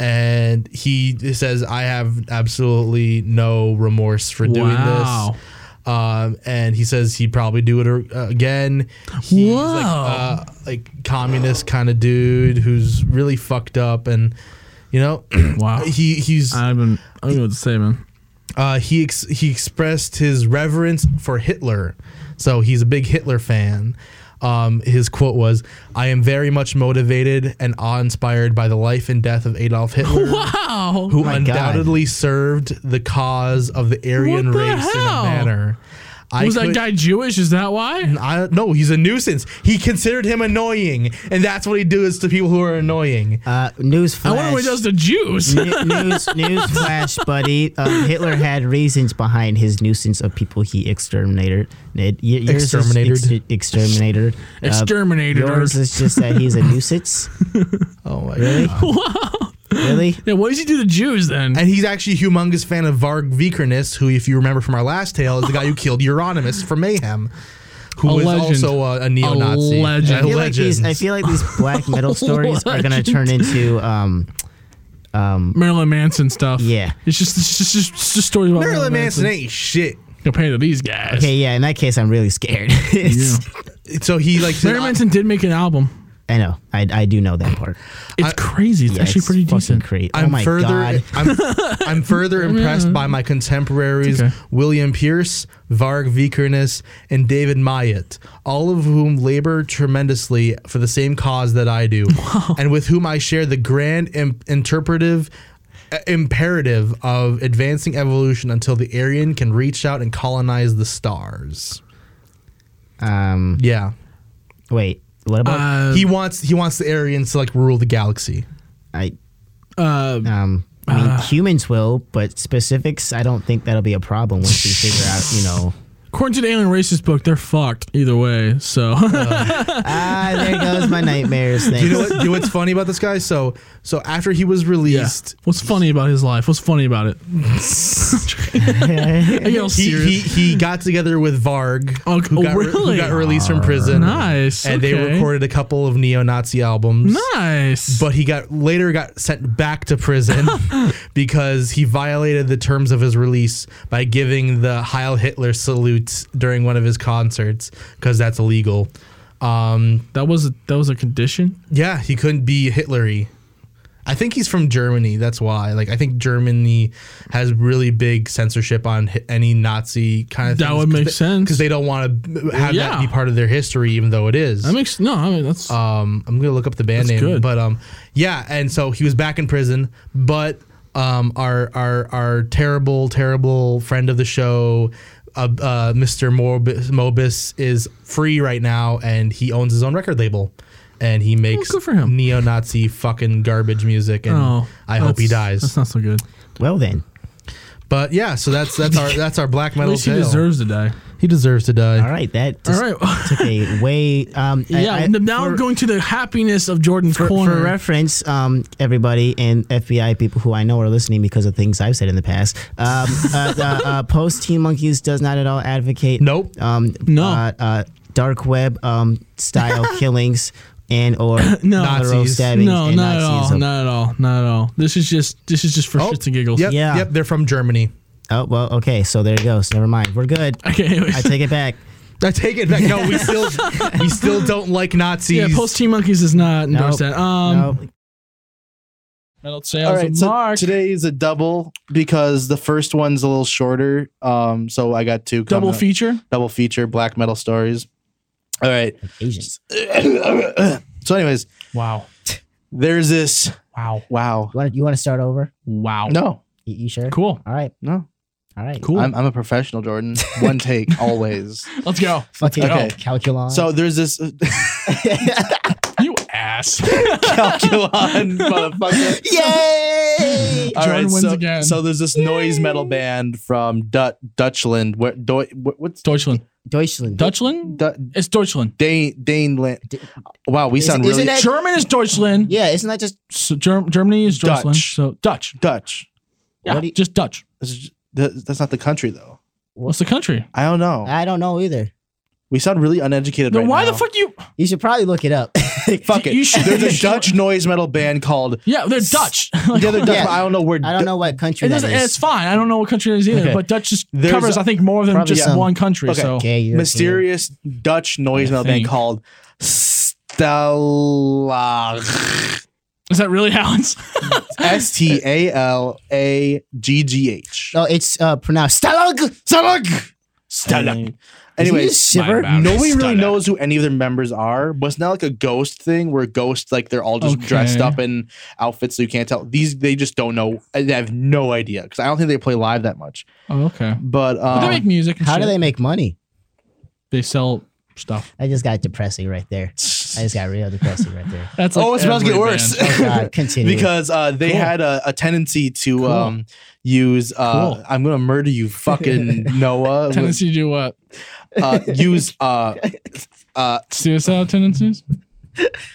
S4: and he says, "I have absolutely no remorse for doing
S3: Wow.
S4: this." Um, and he says he'd probably do it a- uh, again. He's like,
S3: Wow.
S4: uh, like communist kind of dude who's really fucked up, and you know, <clears throat>
S3: wow.
S4: he he's
S3: I don't even, I don't know what to say, man.
S4: uh, he ex- he expressed his reverence for Hitler, so he's a big Hitler fan. Um, his quote was, "I am very much motivated and awe-inspired by the life and death of Adolf Hitler,
S3: <laughs> Wow.
S4: who
S5: my God.
S4: undoubtedly served the cause of the Aryan
S3: What the
S4: race in a
S3: hell?
S4: manner." I
S3: Was that
S4: could-
S3: guy Jewish? Is that why?
S4: I no, he's a nuisance. He considered him annoying, and that's what he does to people who are annoying.
S5: Uh, news
S3: I
S5: flash.
S3: wonder what he does to Jews. <laughs>
S5: N- news, news flash, buddy. Um, Hitler had reasons behind his nuisance of people he exterminated. It, y- yours is
S4: Exterminated.
S5: ex- exterminated. Uh,
S3: <laughs> Exterminated.
S5: yours is just that he's a nuisance.
S3: <laughs>
S4: Oh my god!
S3: wow.
S5: really?
S3: Yeah, what does he do to Jews then?
S4: And he's actually a humongous fan of Varg Vikernes, who, if you remember from our last tale, is the guy who killed Euronymous from Mayhem, who
S3: A
S4: was
S3: legend.
S4: also a, a neo-Nazi.
S3: A legend.
S4: A
S5: I feel, like these,
S4: legend.
S5: I feel like these black
S3: <laughs>
S5: metal stories are gonna turn into um, um,
S3: Marilyn Manson stuff.
S5: Yeah.
S3: It's just it's just, it's just, it's just stories about
S4: Marilyn Manson ain't shit.
S3: compared to these guys.
S5: Okay, yeah. In that case, I'm really scared. <laughs> It's-
S4: So he like said,
S3: Marilyn Manson did make an album.
S5: I know. I, I do know that part.
S3: It's crazy. It's
S5: Yeah,
S3: actually
S5: it's
S3: pretty
S5: fucking
S3: decent.
S5: Great.
S4: I'm
S5: oh my
S4: further
S5: god.
S4: I'm, I'm
S3: <laughs>
S4: further impressed by my contemporaries
S3: Mm. Okay.
S4: William Pierce, Varg Vikernes, and David Myatt, all of whom labor tremendously for the same cause that I
S3: <laughs>
S4: do, and with whom I share the grand Im- interpretive uh, imperative of advancing evolution until the Aryan can reach out and colonize the stars.
S5: Um,
S4: Yeah.
S5: wait. What about
S3: Uh,
S4: he wants he wants the Aryans to like rule the galaxy.
S5: I?
S3: uh,
S5: Um, I mean, humans will, but specifics, I don't think that'll be a problem once we figure out, you
S3: <laughs>
S5: know.
S3: according to the Alien Racist book, they're fucked either way. So <laughs>
S5: Ah, there goes my nightmares. Thing.
S4: You know, what, you know what's
S3: <laughs>
S4: funny about this guy? So so after he was
S3: yeah.
S4: released,
S3: What's funny about his life? What's funny about
S4: <laughs>
S3: it? I get all
S4: he,
S3: serious.
S4: he he got together with Varg,
S3: Oh,
S4: who, got, re- who
S3: really?
S4: got released from prison.
S3: nice.
S4: and they
S3: okay.
S4: recorded a couple of neo-Nazi albums.
S3: Nice.
S4: But he got later got sent back to
S3: <laughs>
S4: prison because he violated the terms of his release by giving the Heil Hitler salute during one of his concerts because that's illegal. Um,
S3: that was a, that was a condition.
S4: yeah, he couldn't be Hitlery. I think he's from Germany. That's why. Like, I think Germany has really big censorship on hi- any Nazi kind of.
S3: That would make sense.
S4: because they don't want to have that
S3: Yeah.
S4: be part of their history, even though it is.
S3: That makes no. I mean that's
S4: um, I'm gonna look up the band
S3: That's
S4: name,
S3: good.
S4: but um, yeah, and so he was back in prison, but um, our our our terrible terrible friend of the show. Uh, uh, Mr. Morbis, Mobis is free right now, and he owns his own record label, and he makes
S3: Oh, good for him.
S4: neo-Nazi fucking garbage music, and
S3: oh.
S4: I hope he
S3: that's- That's
S4: dies.
S3: not so good.
S5: well then.
S4: But yeah, so that's that's our that's our black
S3: <laughs> At
S4: metal.
S3: least he
S4: tale.
S3: deserves to die.
S4: He deserves to die.
S5: All right, that
S3: All
S5: just
S3: right.
S5: <laughs> took a way. Um, I-
S3: Yeah,
S5: I-
S3: n- now
S5: for,
S3: we're going to the happiness of Jordan's
S5: for,
S3: corner.
S5: for reference, um, everybody and FBI people who I know are listening because of things I've said in the past. Um, uh, uh, uh, Post Teen Monkeys does not at all
S3: <laughs>
S5: advocate.
S4: Nope.
S5: Um,
S3: No.
S5: Uh, uh, dark web um,
S3: <laughs>
S5: style killings and or
S3: <coughs> No.
S5: literal
S4: Nazis.
S5: stabbings
S3: no,
S5: and
S3: not at all.
S5: Nazism.
S3: Not at all. Not at all. This is just this is just for
S4: Oh,
S3: shits and giggles.
S4: Yep,
S5: Yeah.
S4: yep, they're from Germany.
S5: Oh well, okay. So there it goes. Never mind. We're good.
S3: <laughs> Okay. Anyways.
S5: I take it back.
S4: I take it back. No, we still we still don't like Nazis.
S3: yeah. Post Team Monkeys does not endorse
S5: Nope.
S3: that. <laughs> Um.
S5: No.
S1: Metal
S2: All
S1: sales
S2: right,
S1: of
S2: so
S1: Mark.
S2: today is a double because the first one's a little shorter. Um, so I got two
S1: double
S2: coming up-
S1: feature.
S2: double feature black metal stories. All right.
S5: Asians.
S2: so, anyways,
S3: Wow.
S2: there's this.
S3: Wow.
S2: Wow.
S5: You want you want to start over?
S3: Wow.
S2: No,
S5: You, you sure?
S3: Cool.
S5: All right.
S2: no.
S5: All right.
S3: Cool.
S2: I'm, I'm a professional, Jordan. One take always.
S3: Let's go.
S5: Fucking
S2: Okay.
S5: Calculon.
S2: So there's this
S3: You ass.
S2: calculon motherfucker.
S5: yay!
S2: All
S3: Jordan
S2: right,
S3: wins
S2: so,
S3: again.
S2: so there's this noise metal band from Dut Dutchland. Where, do, what, what's
S3: Deutschland.
S5: Deutschland.
S3: Deutschland.
S2: Du-
S3: it's Deutschland.
S2: Dane Daneland? Wow, we
S5: Is-
S2: sound
S5: isn't
S2: really
S5: that-
S3: German is Deutschland.
S5: yeah, isn't that just
S3: So Germ- Germany is Deutschland.
S2: Dutch.
S3: So Dutch.
S2: Dutch.
S3: Yeah.
S5: What do you-
S3: just Dutch.
S2: This is-
S4: Th- that's not the country though.
S3: What's the country?
S4: I don't know.
S5: I don't know either.
S4: we sound really uneducated.
S3: Ah. Then
S4: right
S3: why
S4: now.
S3: the fuck you?
S5: You should probably look it
S3: <laughs>
S5: up.
S4: Fuck it.
S3: You should-
S4: There's
S3: <laughs> you
S4: a
S3: should-
S4: Dutch noise metal band
S3: <laughs>
S4: called.
S3: Yeah, they're Dutch.
S4: The other Dutch,
S5: Yeah.
S4: I don't know where.
S5: I don't know what country
S3: It
S5: that
S3: doesn't, it's
S5: is.
S3: fine. I don't know what country it is either,
S4: Okay.
S3: but Dutch just
S4: There's
S3: covers,
S4: a-
S3: I think, more than
S5: probably
S3: just
S5: some-
S3: one country.
S4: Okay.
S3: So
S5: Okay, European.
S4: mysterious Dutch noise
S3: I
S4: metal band
S3: think.
S4: called Stella.
S3: is that really how it's? <laughs>
S4: S T A L A G G H.
S5: No, it's uh, pronounced Stalag.
S4: Stalag. Stalag. Anyways,
S5: Is he a shiver?
S3: my bad.
S4: nobody really
S3: Stalag.
S4: knows who any of their members are, but it's not like a ghost thing where ghosts like they're all just dressed
S3: Okay.
S4: up in outfits so you can't tell. These they just don't know. I they have no idea because I don't think they play live that much.
S3: Oh, okay.
S4: But
S3: But
S4: um,
S3: they make music. And
S5: How
S3: shit.
S5: do they make money?
S3: They sell stuff.
S5: I just got depressing right there. I just got real depressing right there.
S3: That's
S4: oh, it's about to get
S3: every
S4: worse
S3: band.
S5: God, <laughs> continue.
S4: because uh, they had a, a tendency to um, use. Uh,
S3: Cool.
S4: I'm gonna murder you,
S3: <laughs>
S4: fucking Noah.
S3: tendency to do what?
S4: Uh, <laughs> use uh, uh,
S3: Suicide tendencies?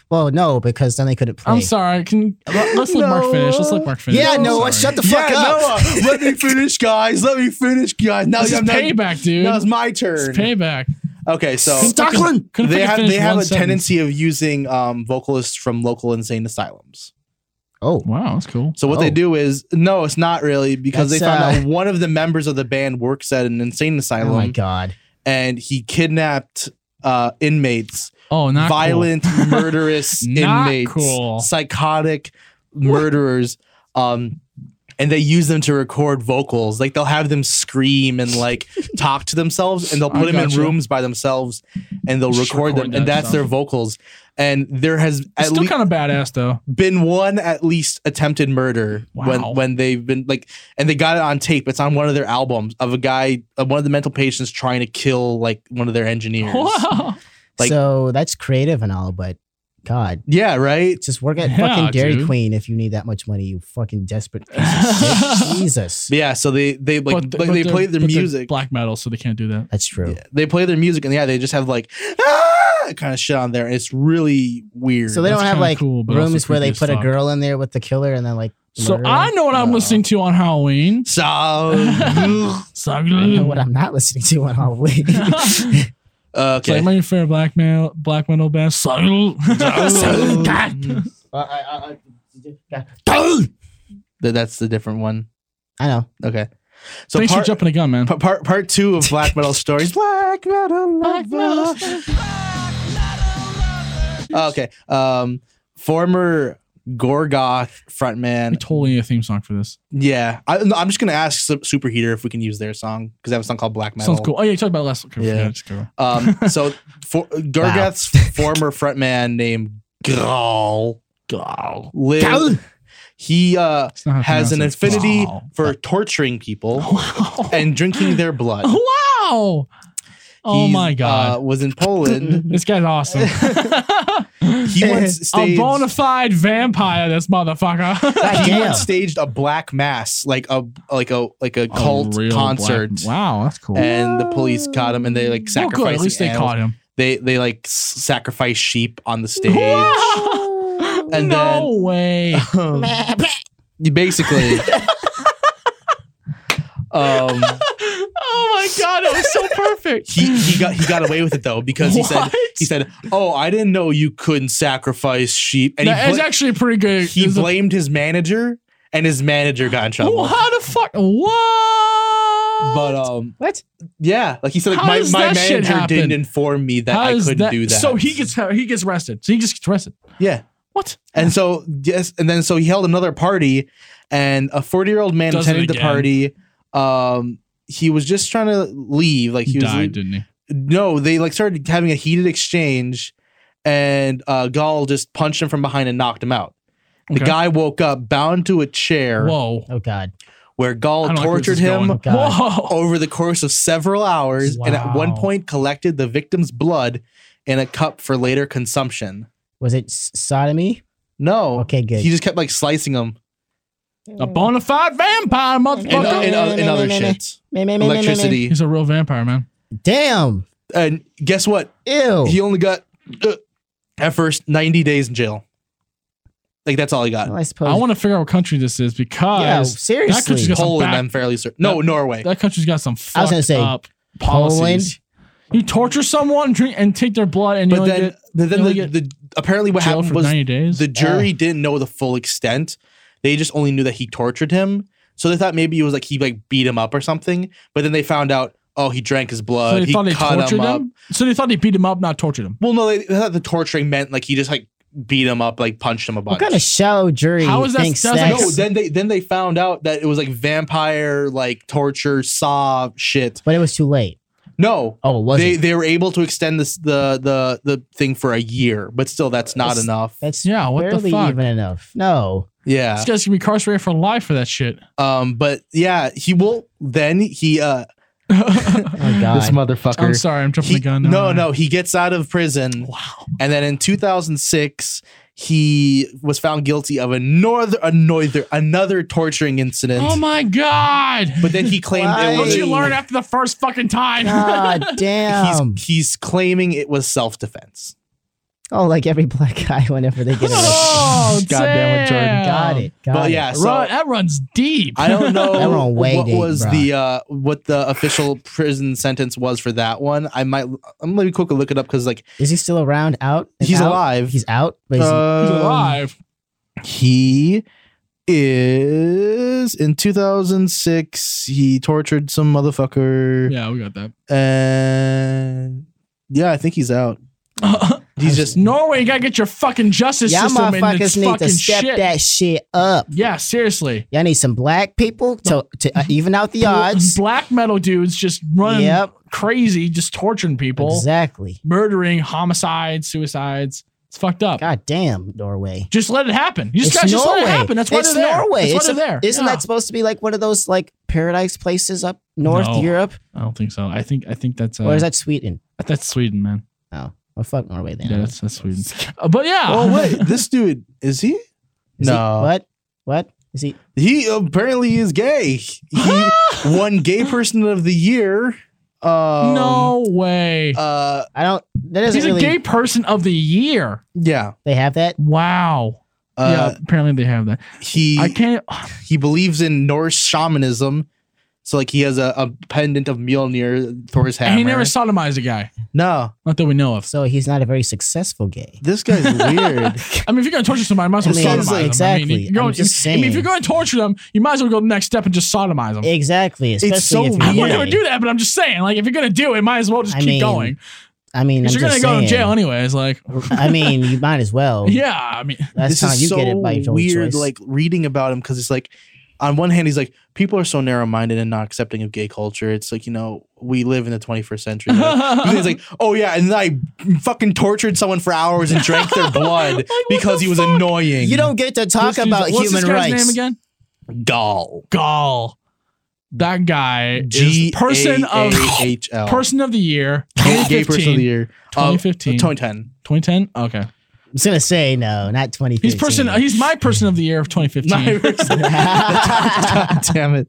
S5: well, no, because then they couldn't play.
S3: I'm sorry. Can let- let's let Mark finish. Let's let Mark finish.
S5: Yeah,
S3: I'm
S5: no,
S3: sorry.
S5: shut the fuck
S4: yeah,
S5: up.
S4: Noah, let me finish, guys. Let me finish, guys. Now
S3: This is
S4: I'm not-
S3: payback, dude.
S4: Now it's my
S3: It's
S4: turn.
S3: payback.
S4: okay, so <laughs>
S5: Stockland.
S3: Couldn't
S4: they
S3: fucking
S4: have
S3: finish
S4: they have
S3: one
S4: a
S3: sentence.
S4: tendency of using um, vocalists from local insane asylums.
S5: Oh,
S3: Wow, that's cool.
S4: So what they
S5: Oh.
S4: do is no, it's not really because they
S5: That's,
S4: found
S5: uh,
S4: out one of the members of the band works at an insane
S5: oh my
S4: asylum
S5: God.
S4: and he kidnapped uh, inmates,
S3: Oh, not cool.
S4: violent,
S3: <laughs>
S4: murderous
S3: Not
S4: inmates,
S3: cool.
S4: psychotic murderers. Um, and they use them to record vocals. Like they'll have them scream and
S3: <laughs>
S4: like talk to themselves, and they'll
S3: I
S4: put them in
S3: gotcha.
S4: rooms by themselves, and they'll
S3: Just
S4: record, them,
S3: record
S4: and
S3: that
S4: that's their
S3: stuff.
S4: vocals. And there has
S3: It's
S4: at
S3: still
S4: least
S3: kind of badass though.
S4: been one at least attempted murder when
S3: Wow.
S4: when they've been like and they got it on tape it's on one of their albums of a guy of one of the mental patients trying to kill like one of their engineers
S3: Wow.
S4: Like-
S5: so that's creative and all, but God,
S4: yeah right
S5: just work at
S3: Yeah,
S5: fucking Dairy
S3: dude.
S5: Queen if you need that much money, you fucking desperate piece of
S3: <laughs>
S5: shit. Jesus.
S4: yeah so they they like,
S3: But-
S4: like
S3: but
S4: they
S3: they're-
S4: play their
S3: but they're
S4: music
S3: black metal, so they can't do that.
S5: That's true.
S4: Yeah, they play their music and yeah they just have like ah, kind of shit on there and it's really weird
S5: So they
S3: That's
S5: don't have
S3: kinda
S5: like
S3: cool, but also
S5: rooms where they
S3: creepy as
S5: put a
S3: fuck.
S5: girl in there with the killer and then like.
S3: So
S5: murder
S3: I
S5: her?
S3: know what I'm
S4: No.
S3: listening to on Halloween.
S4: so
S5: I know what
S3: <laughs> okay.
S5: I'm not listening to on <laughs> Halloween.
S3: It's like
S4: okay
S3: my favorite black male black metal band. <laughs>
S5: I
S4: Th- that's the different one
S5: know.
S4: okay so
S3: So Thanks
S4: part,
S3: for jumping the gun, man.
S4: pa- part part two of black
S3: <laughs>
S4: metal stories black metal
S3: Black metal.
S4: Okay. Um, former Gorgoth
S3: We
S4: frontman.
S3: totally need a theme song for this.
S4: Yeah, I, no, I'm just gonna ask Su- Superheater if we can use their song because they have a song called Black Metal.
S3: Sounds cool. Oh yeah, you talked about it last. Okay,
S4: Yeah.
S3: yeah. just go.
S4: Um, so for, Gorgoth's
S3: <laughs>
S4: former frontman named Grawl. Grawl. Live, he uh,
S3: It's not how to
S4: has an
S3: pronounce it.
S4: affinity
S3: Wow.
S4: for torturing people
S3: <laughs> Wow.
S4: and drinking their blood.
S3: wow. <laughs> Oh
S4: He's,
S3: my god,
S4: Uh, was in
S3: <laughs>
S4: Poland.
S3: this guy's awesome.
S4: He once
S3: a
S4: staged,
S3: bona fide vampire, this motherfucker.
S5: God
S4: he
S5: damn.
S4: once staged a black mass, like a like a like a cult
S3: A real black-
S4: concert.
S3: <laughs> wow, that's cool.
S4: and the police caught him and they like
S3: Well, good. At
S4: sacrificed
S3: least they caught him.
S4: they they like s- sacrifice sheep on the stage <laughs> And
S3: no way.
S4: You basically um
S3: <laughs> oh my god, that was so perfect.
S4: he he got he got away with it though because he said
S3: What?
S4: he said oh i didn't know you couldn't sacrifice sheep and he,
S3: that is
S4: bla-
S3: actually pretty good.
S4: he
S3: It's a-
S4: blamed his manager and his manager got in trouble
S3: Well, how the fuck? What?
S4: but um
S5: What?
S4: yeah like he said like,
S3: How
S4: my,
S3: does
S4: my
S3: that shit
S4: manager
S3: happen?
S4: didn't inform me that
S3: How
S4: i
S3: is
S4: couldn't do that
S3: So he gets he gets arrested. So he just gets arrested.
S4: yeah
S3: What?
S4: And so yes, and then so he held another party, and a forty-year-old man
S3: Does it
S4: attended the
S3: again.
S4: party. Um, he was just trying to leave, like he was.
S3: didn't he?
S4: No, they like started having a heated exchange, and uh, Gall just punched him from behind and knocked him out. The
S3: Okay.
S4: guy woke up bound to a chair
S3: Whoa.
S5: Oh God.
S4: where
S3: I
S4: Gall
S3: don't like where this
S4: tortured
S3: is
S4: him
S5: going. God.
S3: <laughs> Whoa.
S4: over the course of several hours, and at one
S3: Wow.
S4: point collected the victim's blood in a cup for later consumption.
S5: Was it s- sodomy?
S4: No,
S5: Okay, good.
S4: he just kept like slicing him.
S3: A bona fide vampire,
S4: and,
S3: motherfucker.
S5: Okay.
S4: and, oth- and other shit.
S5: Meh, meh, meh, meh, meh, meh.
S4: Electricity.
S3: He's a real vampire, man.
S5: Damn.
S4: And guess what?
S3: Oh.
S5: Ew.
S4: He only got uh, at first 90 days in jail. Like that's all I got.
S5: Well, I suppose.
S3: I want to figure out what country this is
S5: yeah,
S3: because
S5: seriously.
S3: just got some
S4: Poland,
S3: back-
S4: I'm fairly certain. No, Norway.
S3: that country's got some
S5: I was gonna
S3: fucked
S5: say,
S3: up policies. You torture someone, drink, and take their blood, and you
S4: But
S3: only
S4: then,
S3: get
S4: but then
S3: you only
S4: the,
S3: get
S4: the apparently what
S3: jailed
S4: happened
S3: for Oh.
S4: was
S3: ninety days.
S4: the jury didn't know the full extent. They just only knew that he tortured him. So they thought maybe it was like he like beat him up or something. But then they found out, oh, he drank his
S3: so
S4: blood.
S3: they
S4: he
S3: thought they
S4: cut
S3: tortured
S4: him up.
S3: him. So they thought they beat him up, not tortured him.
S4: Well, no, they, they thought the torturing meant like he just like beat him up, like punched him a bunch.
S5: what kind of shallow jury
S3: How is that-
S5: thinks
S3: that's
S5: that's,
S3: like-
S4: no, then they then they found out that it was like vampire, like torture, saw shit.
S5: but it was too late.
S4: No,
S5: Oh, it was
S4: they
S5: it?
S4: they were able to extend this the the the thing for a year, but still that's not
S5: That's-
S4: enough.
S5: That's
S3: Yeah, what the
S5: barely
S3: fuck?
S5: even enough. No.
S4: yeah,
S3: This guy's gonna be incarcerated for life for that shit.
S4: um, but yeah, he will. Then he uh
S5: Oh god.
S4: this motherfucker.
S3: I'm sorry, I'm jumping
S4: He-
S3: the gun.
S4: no, no, he gets out of prison,
S3: Wow.
S4: and then in 2006 he was found guilty of a northern another another torturing incident.
S3: Oh my god.
S4: but then he claimed
S5: Why?
S4: it
S3: What
S4: was
S3: did you learn after the first fucking
S5: <laughs>
S3: time?
S5: God damn.
S4: he's, he's claiming it was self defense.
S5: oh, like every black guy whenever they <laughs> get it.
S3: oh,
S4: God damn it, Jordan.
S3: damn.
S5: Got it. Got
S4: But
S5: it.
S4: yeah, so
S3: Run, that runs deep.
S4: I
S3: <laughs>
S4: don't know
S5: That went way
S4: what
S5: deep,
S4: was
S5: bruh.
S4: the uh, what the official prison sentence was for that one. I might I'm gonna quickly look it up because like
S5: Is he still around? Out? And
S4: he's
S5: out?
S4: alive.
S5: He's out. But is he-
S3: <laughs> He's
S4: Um,
S3: alive.
S4: He is in 2006. He tortured some motherfucker,
S3: Yeah, we got that.
S4: and yeah, I think he's out. He's just
S3: Norway, you gotta get your fucking justice
S5: Y'all
S3: system in
S5: motherfuckers
S3: its
S5: need
S3: fucking
S5: to step
S3: shit.
S5: that shit up.
S3: Yeah, seriously.
S5: Y'all need some black people to, to uh, even out
S3: <laughs>
S5: the odds.
S3: Black metal dudes just running
S5: Yep,
S3: crazy, just torturing people,
S5: exactly.
S3: murdering, homicides, suicides. It's fucked up.
S5: God damn, Norway.
S3: Just let it happen. You just
S5: It's
S3: gotta just let it
S5: Norway.
S3: happen. That's why
S5: It's
S3: they're there.
S5: Norway.
S3: That's why
S5: It's a-
S3: they're there.
S5: Isn't
S3: Yeah.
S5: that supposed to be like one of those like paradise places up north
S3: No.
S5: Europe,
S3: I don't think so. I think I think that's uh,
S5: or is that Sweden?
S3: that's Sweden, man.
S5: Oh, well, fuck Norway then.
S3: Yeah, that's, that's Sweden. Uh, but yeah,
S4: oh
S3: <laughs>
S4: wait, this dude is he?
S5: Is he- what? What is he?
S4: He apparently is gay.
S3: <laughs>
S4: He won Gay Person of the Year. Um,
S3: no way.
S4: Uh,
S5: I don't. That doesn't
S3: He's
S5: really.
S3: a gay person of the year.
S4: yeah.
S5: They have that.
S3: Wow.
S4: Uh,
S3: yeah, apparently they have that.
S4: He
S3: I can't.
S4: he believes in Norse shamanism. So like he has a, a pendant of Mjolnir, Thor's hammer.
S3: He never sodomized a guy.
S4: no,
S3: Not that we know of.
S5: So he's not a very successful gay.
S4: this guy's
S3: <laughs>
S4: weird.
S3: I mean, if you're going to torture somebody, you might as
S5: I
S3: well
S5: mean,
S4: exactly,
S3: sodomize them. I mean,
S5: exactly.
S3: you're going-
S5: I'm just
S3: I mean, if you're
S5: saying.
S3: going to torture them, you might as well go the next step and just sodomize them.
S5: Exactly. Especially
S4: so
S5: if
S3: I
S5: you're
S3: would
S4: weird.
S3: never
S5: gay.
S3: do that, but I'm just saying, like, if you're going to do it, might as well just
S5: I
S3: keep
S5: mean,
S3: going.
S5: I mean, I'm
S3: 'Cause you're going
S5: just
S3: to go
S5: saying.
S3: to
S5: Oh.
S3: jail anyways. Like,
S5: I mean, you might as well.
S3: <laughs> yeah, I mean,
S5: That's
S4: this
S5: time
S4: is
S5: you
S4: so
S5: get it by your own
S4: weird.
S5: choice.
S4: Like reading about him because it's like, on one hand, he's like people are so narrow-minded and not accepting of gay culture. It's like you know we live in the 21st century. Like,
S5: <laughs>
S4: but then it's like, oh yeah, and then I fucking tortured someone for hours and drank
S5: <laughs>
S4: their blood
S3: Like, what
S4: because
S3: the
S4: he was
S3: fuck?
S4: annoying.
S5: you don't get to talk
S3: This dude's-
S5: about
S3: what's
S5: human
S3: this guy's
S5: rights.
S3: name again?
S4: doll.
S3: Gall. That guy
S4: G
S3: is person of
S4: H L.
S3: person of
S5: <laughs>
S3: the year.
S4: Gay person of the
S3: 2015.
S4: year.
S5: Oh,
S4: of
S3: 2015.
S4: 2010.
S3: 2010. Okay.
S5: I was gonna say no, not 2015.
S3: He's person. He's my person of
S5: <laughs>
S3: the year of 2015.
S4: God damn it.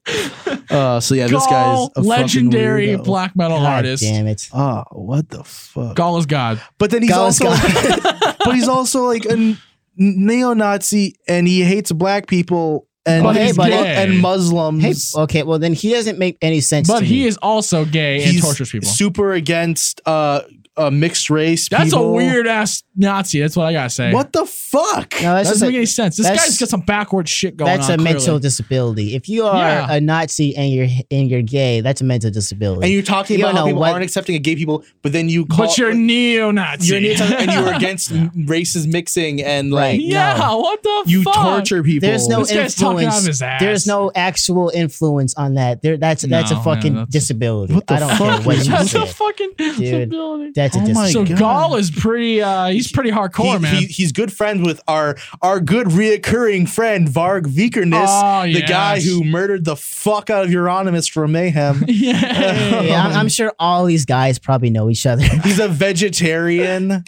S4: Uh, so yeah, this guy is
S3: Gall,
S4: a fucking
S3: legendary
S4: weirdo.
S3: black metal
S5: God
S3: artist.
S5: Damn it.
S4: Oh, what the fuck?
S3: Gall is God.
S4: But then he's
S5: Gall is
S4: also, but he's also like <laughs> a n- neo-Nazi, and he hates black people and
S5: But hey,
S4: he's
S5: buddy.
S4: mu- and
S5: Hey,
S4: Muslims.
S5: okay, well then he doesn't make any sense.
S3: But
S5: to
S3: he
S5: me.
S3: is also gay and
S4: He's
S3: tortures people.
S4: super against uh, uh mixed race.
S3: That's a
S4: people.
S3: weird ass Nazi. That's what I gotta say.
S4: What the fuck?
S5: No, that's
S3: That
S5: just
S3: doesn't make
S5: a,
S3: any sense. This
S5: that's-
S3: guy's got some backward shit going
S5: that's
S3: on.
S5: a mental
S3: clearly.
S5: disability. If you are
S3: Yeah.
S5: a Nazi and you're and you're gay, that's a mental
S4: and
S5: disability.
S4: you're talking
S5: You
S4: about
S5: don't
S4: how
S5: know
S4: people
S5: what-
S4: aren't accepting of gay people, but then you call
S3: But you're neo-Nazi.
S4: you're a neo-Nazi
S3: <laughs>
S4: and you're against races mixing and like
S5: Right.
S3: yeah.
S5: No.
S3: What the
S4: you
S3: fuck?
S4: torture people.
S5: There's no
S3: This guy's talking out of
S5: influence.
S3: his ass.
S5: There's no actual influence on that. There, that's that's
S3: No,
S5: a
S3: yeah,
S5: fucking
S3: that's-
S5: disability.
S4: What the
S5: I don't
S4: fuck
S5: care what
S4: is
S5: you
S3: <laughs> That's
S5: say.
S3: a fucking disability.
S5: That's a
S4: Oh my
S5: disability.
S3: So
S4: God.
S3: Gall is pretty. uh He's pretty hardcore,
S4: he,
S3: man.
S4: he- he's good friends with our our good reoccurring friend Varg Vikernes,
S3: Oh,
S4: the guy
S3: yes.
S4: who murdered the fuck out of Euronymous from Mayhem.
S3: <laughs> yeah.
S5: <laughs> Yeah, I'm, I'm sure all these guys probably know each other.
S4: <laughs>
S5: <laughs>
S4: he's a vegetarian.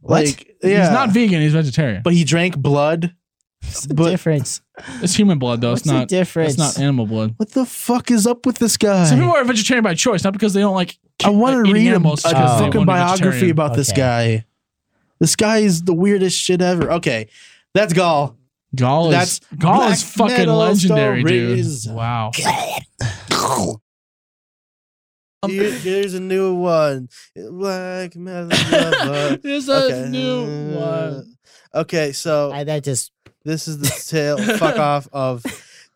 S5: What?
S4: Like, yeah,
S3: He's not vegan. He's vegetarian. But
S4: but he drank blood.
S5: What's the
S4: But-
S5: difference?
S3: it's human blood, though.
S5: What's
S3: It's not.
S5: the difference?
S3: It's not animal blood.
S4: What the fuck is up with this guy?
S3: Some people are vegetarian by choice, not because they don't like.
S4: I want to
S3: eating
S4: read a, a
S3: animals, just 'cause
S4: fucking
S3: they want to be
S4: biography
S3: vegetarian.
S4: about this
S5: Okay.
S4: guy. This guy is the weirdest shit ever. Okay.
S7: That's Gaul.
S1: Gaul is
S7: That's
S1: Gaul is
S7: black
S1: fucking
S7: metal
S1: legendary,
S7: stories.
S1: dude. Wow.
S3: Um,
S4: Here- here's a new one. Black metal.
S1: <laughs>
S4: lover.
S1: There's
S4: Okay. Okay, so
S5: I, that just
S4: this
S5: <laughs>
S4: is the tale fuck off of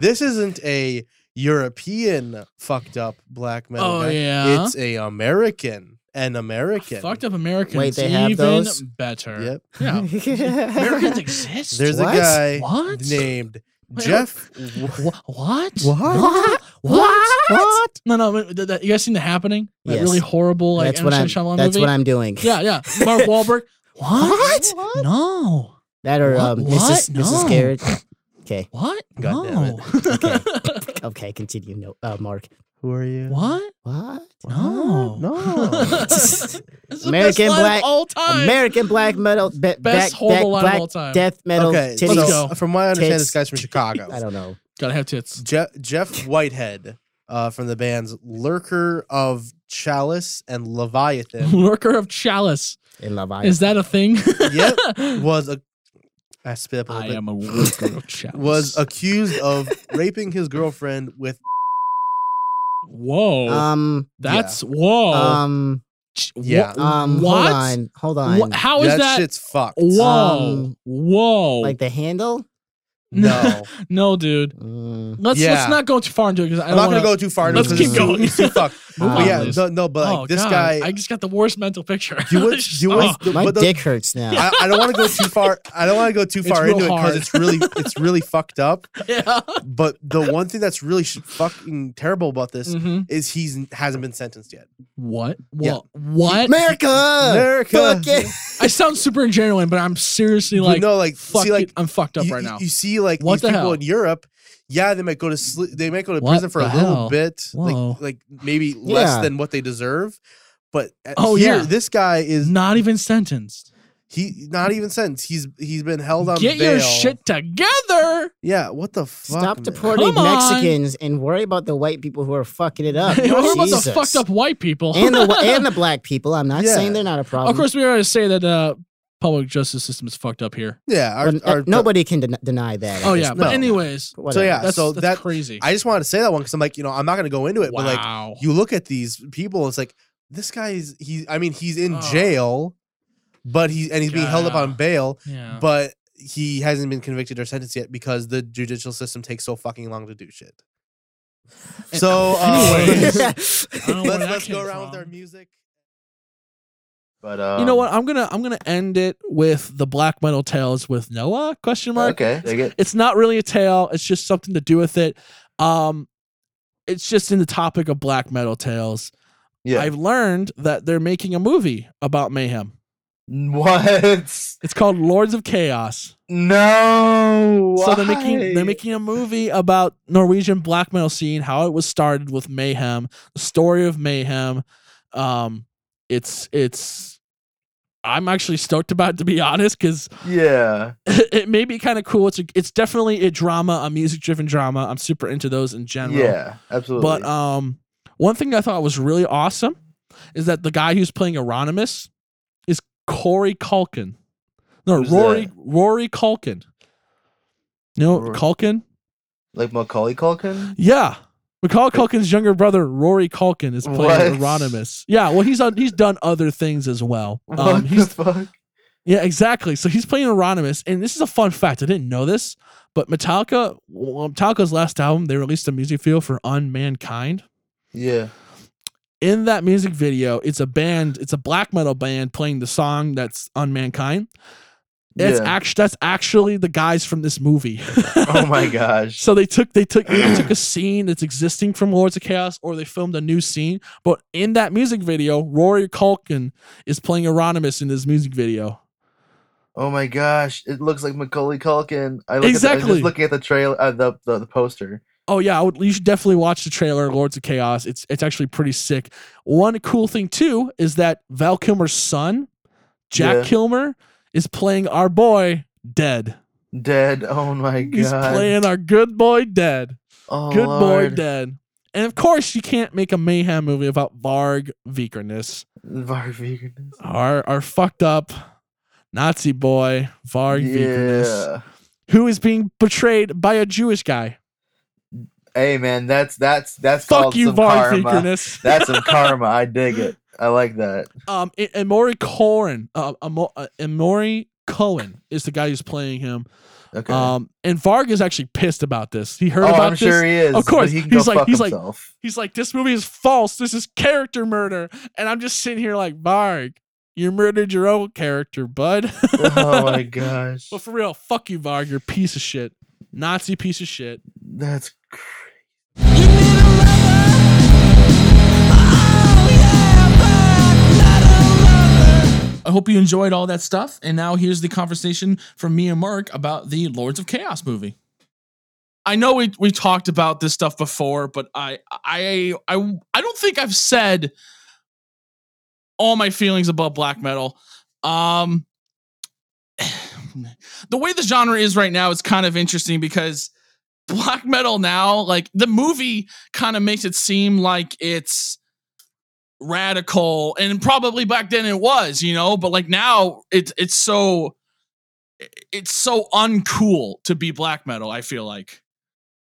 S4: this isn't a European fucked up black metal.
S1: Oh
S4: band.
S1: yeah.
S4: It's a American. An American.
S1: Fucked up Americans.
S3: <laughs>
S5: Wait, they
S1: even
S5: have those?
S1: better.
S4: Yep.
S5: <laughs>
S1: Yeah. Americans exist.
S4: There's
S5: What?
S4: a guy
S1: What?
S4: named
S1: Wait,
S4: Jeff
S1: Wh- What? What? What? What? No, no. wait, That, that- you guys seen The Happening? That
S5: Yes.
S1: really horrible, like
S5: that's what
S1: M.
S5: I'm.
S1: Night Shyamalan
S5: That's
S1: movie?
S5: what I'm doing.
S1: Yeah, yeah. Mark Wahlberg.
S5: <laughs>
S1: What? No.
S5: That or um,
S1: What?
S5: Mrs.
S1: No. <laughs>
S5: Mrs. Garrett. Okay.
S1: What?
S4: God damn
S1: no.
S5: Okay. Continue. No. Uh, Mark.
S4: Who are you?
S1: <laughs>
S4: Oh,
S1: What? <laughs>
S5: What? <laughs>
S1: No. <laughs>
S3: <laughs>
S4: No.
S1: It's the
S5: American
S1: best line of
S5: Black-
S1: all time.
S5: American black metal. Be- back,
S1: best
S5: back-
S1: horrible line
S5: black
S1: of all time.
S5: death metal.
S4: okay,
S5: titties.
S1: Let's
S4: so uh,
S1: go.
S4: from what I understand,
S5: Tits.
S4: this guy's from Chicago.
S5: I don't know.
S1: Gotta have tits. <laughs>
S4: Jeff, Jeff Whitehead uh, from the bands Lurker of Chalice and
S1: <laughs>
S4: Leviathan.
S1: Lurker of Chalice.
S5: In Love Island.
S1: Is that <laughs> a thing?
S4: yep, was a I spit up a
S1: I
S4: little bit.
S1: am a lurker
S3: <laughs>
S1: of Chalice.
S4: Was accused of raping his girlfriend with.
S1: whoa.
S4: Uh,
S5: um.
S1: that's whoa.
S5: Um.
S1: Ch- wha-
S4: yeah.
S5: Um.
S1: Oh. What?
S5: Hold on. Hold
S1: wha-
S5: on.
S1: how is
S4: that,
S1: that?
S4: shit's fucked.
S1: Whoa.
S5: Um,
S1: whoa.
S5: Like the handle.
S4: No,
S1: no, dude.
S5: Mm,
S1: Let's let's
S4: Yeah.
S1: not go too far into it because <laughs> I
S4: I'm
S1: don't
S4: not gonna
S1: wanna-
S4: go too far. into
S1: Let's
S4: it 'cause
S1: keep
S4: it's too-
S1: going.
S4: It's too fucked.
S1: Move
S4: But
S1: on,
S4: yeah,
S1: please.
S4: no, no, but like
S1: oh,
S4: this
S1: God.
S4: guy,
S1: I just got the worst mental picture.
S4: you
S1: <laughs>
S4: would, you would,
S1: Oh.
S4: but
S5: my
S4: the-
S5: dick hurts now.
S4: I, I don't want to go too far. I don't want to go too
S1: It's
S4: far
S1: real
S4: into it
S1: hard.
S4: because it's really, it's really fucked up.
S1: <laughs> Yeah.
S4: But the one thing that's really sh- fucking terrible about this
S1: Mhm.
S4: is he's hasn't been sentenced yet.
S1: What?
S4: Yeah.
S1: What? What?
S5: America.
S4: America.
S5: Fuck yeah.
S1: I sound super ingenuine, but I'm seriously like,
S4: no, like
S1: fuck
S4: see, like
S1: I'm fucked up
S4: you,
S1: right
S4: you-
S1: now.
S4: You see, like
S1: What
S4: these
S1: the
S4: people
S1: hell?
S4: in Europe, yeah, they might go to sli- they might go to
S1: What
S4: prison for a
S1: the
S4: little
S1: hell?
S4: bit,
S1: Whoa.
S4: like like maybe less
S5: Yeah.
S4: than what they deserve. But at-
S1: Oh,
S4: here,
S1: yeah.
S4: this guy is
S1: not even sentenced.
S4: he not even sentenced. He's he's been held on
S1: Get
S4: bail.
S1: your shit
S4: <laughs>
S1: together.
S4: Yeah, what the fuck?
S5: Stop
S4: man?
S5: deporting
S1: Come on.
S5: Mexicans and worry about the white people who are fucking
S1: <laughs>
S5: it up.
S1: What about the
S5: Jesus.
S1: fucked up white people? <laughs>
S5: and the and the black people. I'm not
S4: Yeah.
S5: saying they're not a problem.
S3: Um,
S1: of course, we already say that uh, public justice system is fucked up here.
S4: Yeah, our,
S5: But
S4: our,
S5: n- nobody can den- deny that.
S1: Oh yeah, but
S4: no.
S1: anyways,
S4: So yeah,
S1: that's,
S4: so
S1: that's
S4: that
S1: crazy.
S4: I just wanted to say that one because I'm like, you know, I'm not gonna go into it,
S1: wow.
S4: but like you look at these people, it's like this guy's he I mean, he's in
S1: Oh.
S4: jail, but he's and he's being held up
S1: Yeah.
S4: on bail,
S1: yeah.
S4: but he hasn't been convicted or sentenced yet because the judicial system takes so fucking long to do shit.
S1: <laughs>
S4: So uh,
S1: Anyways.
S5: Anyways.
S1: I don't know where
S4: let's,
S1: that
S4: let's
S1: came
S4: go around with
S1: from.
S4: our music.
S6: But
S8: uh,
S6: um,
S3: you know what? I'm gonna I'm gonna end it with the black metal tales with Noah question mark.
S6: Okay, they get
S3: It's not really a tale. It's just something to do with it. Um, it's just in the topic of black metal tales.
S6: yeah.
S3: I've learned that they're making a movie about mayhem.
S6: <laughs> what?
S3: It's called Lords of Chaos.
S6: No.
S3: So they're making
S6: why?
S3: they're making a movie about Norwegian black metal scene, how it was started with mayhem, the story of mayhem. Um, it's it's. I'm actually stoked about it to be honest, because
S6: yeah.
S3: <laughs> it may be kind of cool. It's a, it's definitely a drama, a music driven drama. I'm super into those in general.
S6: Yeah, absolutely.
S4: uh,
S3: But um, one thing I thought was really awesome is that the guy who's playing Euronymous is Corey Culkin. No,
S6: Who's
S3: Rory
S6: that?
S3: Rory Culkin. No,
S6: Rory-
S3: Culkin.
S6: like Macaulay
S1: Um,
S6: Culkin.
S3: Yeah. Macaulay Culkin's younger brother, Rory Culkin, is playing
S6: What?
S3: Euronymous. Yeah, well, he's on, he's done other things as well.
S6: What
S3: Um,
S6: the
S3: he's
S6: fuck?
S3: yeah, exactly. So he's playing Euronymous, and this is a fun fact. I didn't know this, but Metallica, well, Metallica's last album, they released a music video for Unmankind.
S6: Yeah.
S3: In that music video, it's a band, it's a black metal band playing the song that's Unmankind. It's
S6: yeah.
S3: act- that's actually the guys from this movie.
S6: <laughs> oh my gosh.
S3: So they took they took they
S6: <clears throat>
S3: took a scene that's existing from Lords of Chaos, or they filmed a new scene. But in that music video, Rory Culkin is playing Euronymous in this music video.
S6: Oh my gosh. It looks like Macaulay Culkin. I look at the- I'm
S3: Exactly.
S6: just looking at the trailer, uh, the, the the poster.
S3: Oh yeah, I would, you should definitely watch the trailer, Lords of Chaos. It's it's actually pretty sick. One cool thing too is that Val Kilmer's son,
S6: Yeah.
S3: Jack Kilmer, is playing our boy Dead.
S6: Dead. Oh my
S3: He's
S6: god.
S3: playing our good boy Dead.
S6: oh,
S3: good
S6: Lord.
S3: boy Dead. And of course, you can't make a mayhem movie about Varg Vikernes,
S6: Varg Vikernes.
S3: our our fucked up
S1: Nazi boy, Varg Vikernes,
S8: Yeah.
S1: who is being betrayed by a Jewish guy.
S8: Hey man, that's that's that's
S1: Fuck
S8: called
S1: you,
S8: some
S1: Varg
S8: karma.
S1: Vikernes.
S8: That's
S3: <laughs>
S8: some karma. I dig it. I like that.
S1: Um, I- Amori Cohen, uh, Amo- uh, Amori Cohen is the guy who's playing him.
S8: Okay.
S1: Um, and Varg is actually pissed about this. He heard
S8: oh,
S1: about
S8: I'm
S1: this.
S8: sure he is.
S1: Of course,
S8: but he can
S1: he's
S8: go
S1: like-
S8: fuck
S1: he's like-
S8: himself.
S1: He's like, this movie is false. This is character murder. And I'm just sitting here like, Varg, you murdered your own character, bud. <laughs>
S8: oh my gosh,
S1: But for real, fuck you, Varg. You're a piece of shit. Nazi piece of shit.
S8: that's crazy.
S1: I hope you enjoyed all that stuff. And now here's the conversation from me and Mark about the Lords of Chaos movie. I know we we talked about this stuff before, but I I I I don't think I've said all my feelings about black metal. Um <sighs> the way the genre is right now is kind of interesting because black metal now, like the movie kind of makes it seem like it's radical and probably back then it was you know but like now it's it's so it's so uncool to be black metal i feel like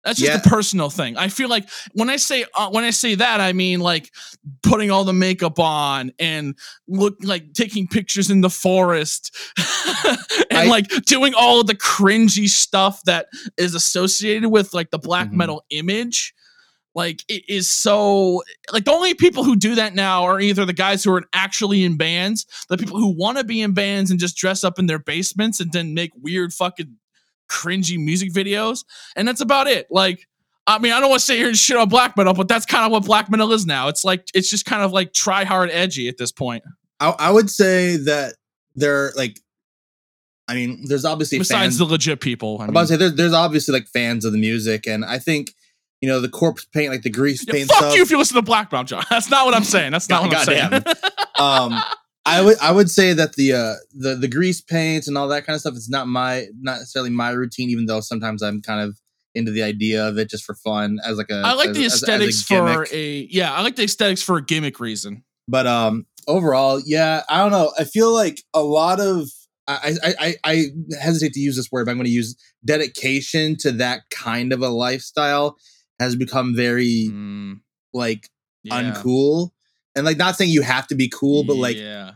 S1: that's just a personal thing i feel like when i say uh, when i say that i mean like putting all the makeup on and look like taking pictures in the forest <laughs> and
S2: I-
S1: like doing all the cringy stuff that is associated with like the black
S8: Mhm.
S1: metal image like it is so like the only people who do that now are either the guys who are actually in bands, the people who want to be in bands and just dress up in their basements and then make weird fucking cringy music videos, and that's about it. Like, I mean, I don't want to sit here and shit on black metal, but that's kind of what black metal is now. It's like it's just kind of like try hard edgy at this point.
S6: I, I would say that there, like, I mean, there's obviously
S1: Besides
S6: fans.
S1: the legit people, I
S6: I'm about to say
S1: mean,
S6: there's there's obviously like fans of the music, and I think you know the corpse paint, like the grease
S1: Yeah,
S6: paint
S1: fuck
S6: stuff.
S1: you if you listen to black metal, John. <laughs> That's not what I'm saying. That's not
S6: God-
S1: what I'm saying.
S6: um, I would I would say that the uh the the grease paint and all that kind of stuff. It's not my not necessarily my routine, even though sometimes I'm kind of into the idea of it just for fun as like a.
S1: <laughs> I like
S6: as-
S1: the
S6: as- as a
S1: aesthetics for
S6: gimmick.
S1: a yeah. I like the aesthetics for a gimmick reason.
S6: but um overall yeah i don't know i feel like a lot of i i i, I hesitate to use this word but i'm going to use dedication to that kind of a lifestyle has become very
S1: Mm.
S6: like uncool and like not saying you have to be cool but like
S1: yeah.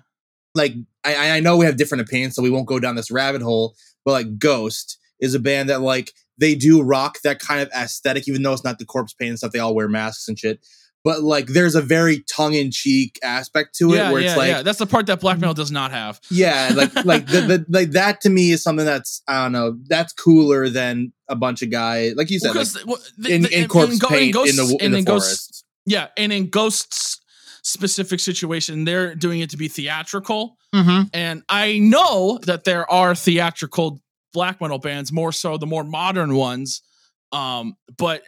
S6: like I, I know we have different opinions, so we won't go down this rabbit hole. But like Ghost is a band that like they do rock that kind of aesthetic, even though it's not the corpse paint and stuff. They all wear masks and shit. But like, there's a very tongue in cheek aspect to it
S1: yeah,
S6: where
S1: yeah,
S6: it's like,
S1: yeah. That's the part that black metal does not have.
S6: yeah,
S1: <laughs>
S6: like like the, the, like that to me is something that's I don't know that's cooler than a bunch of guy like you said like,
S1: Because well, the-
S6: in,
S1: the-
S6: in corpse
S1: Go-
S6: paint in the
S1: Ghosts-
S6: w- in
S1: and
S6: the
S1: in Ghosts-
S6: forest.
S1: Yeah, and in ghosts specific situation, they're doing it to be theatrical.
S5: Mm-hmm.
S1: And I know that there are theatrical black metal bands, more so the more modern ones. Um, but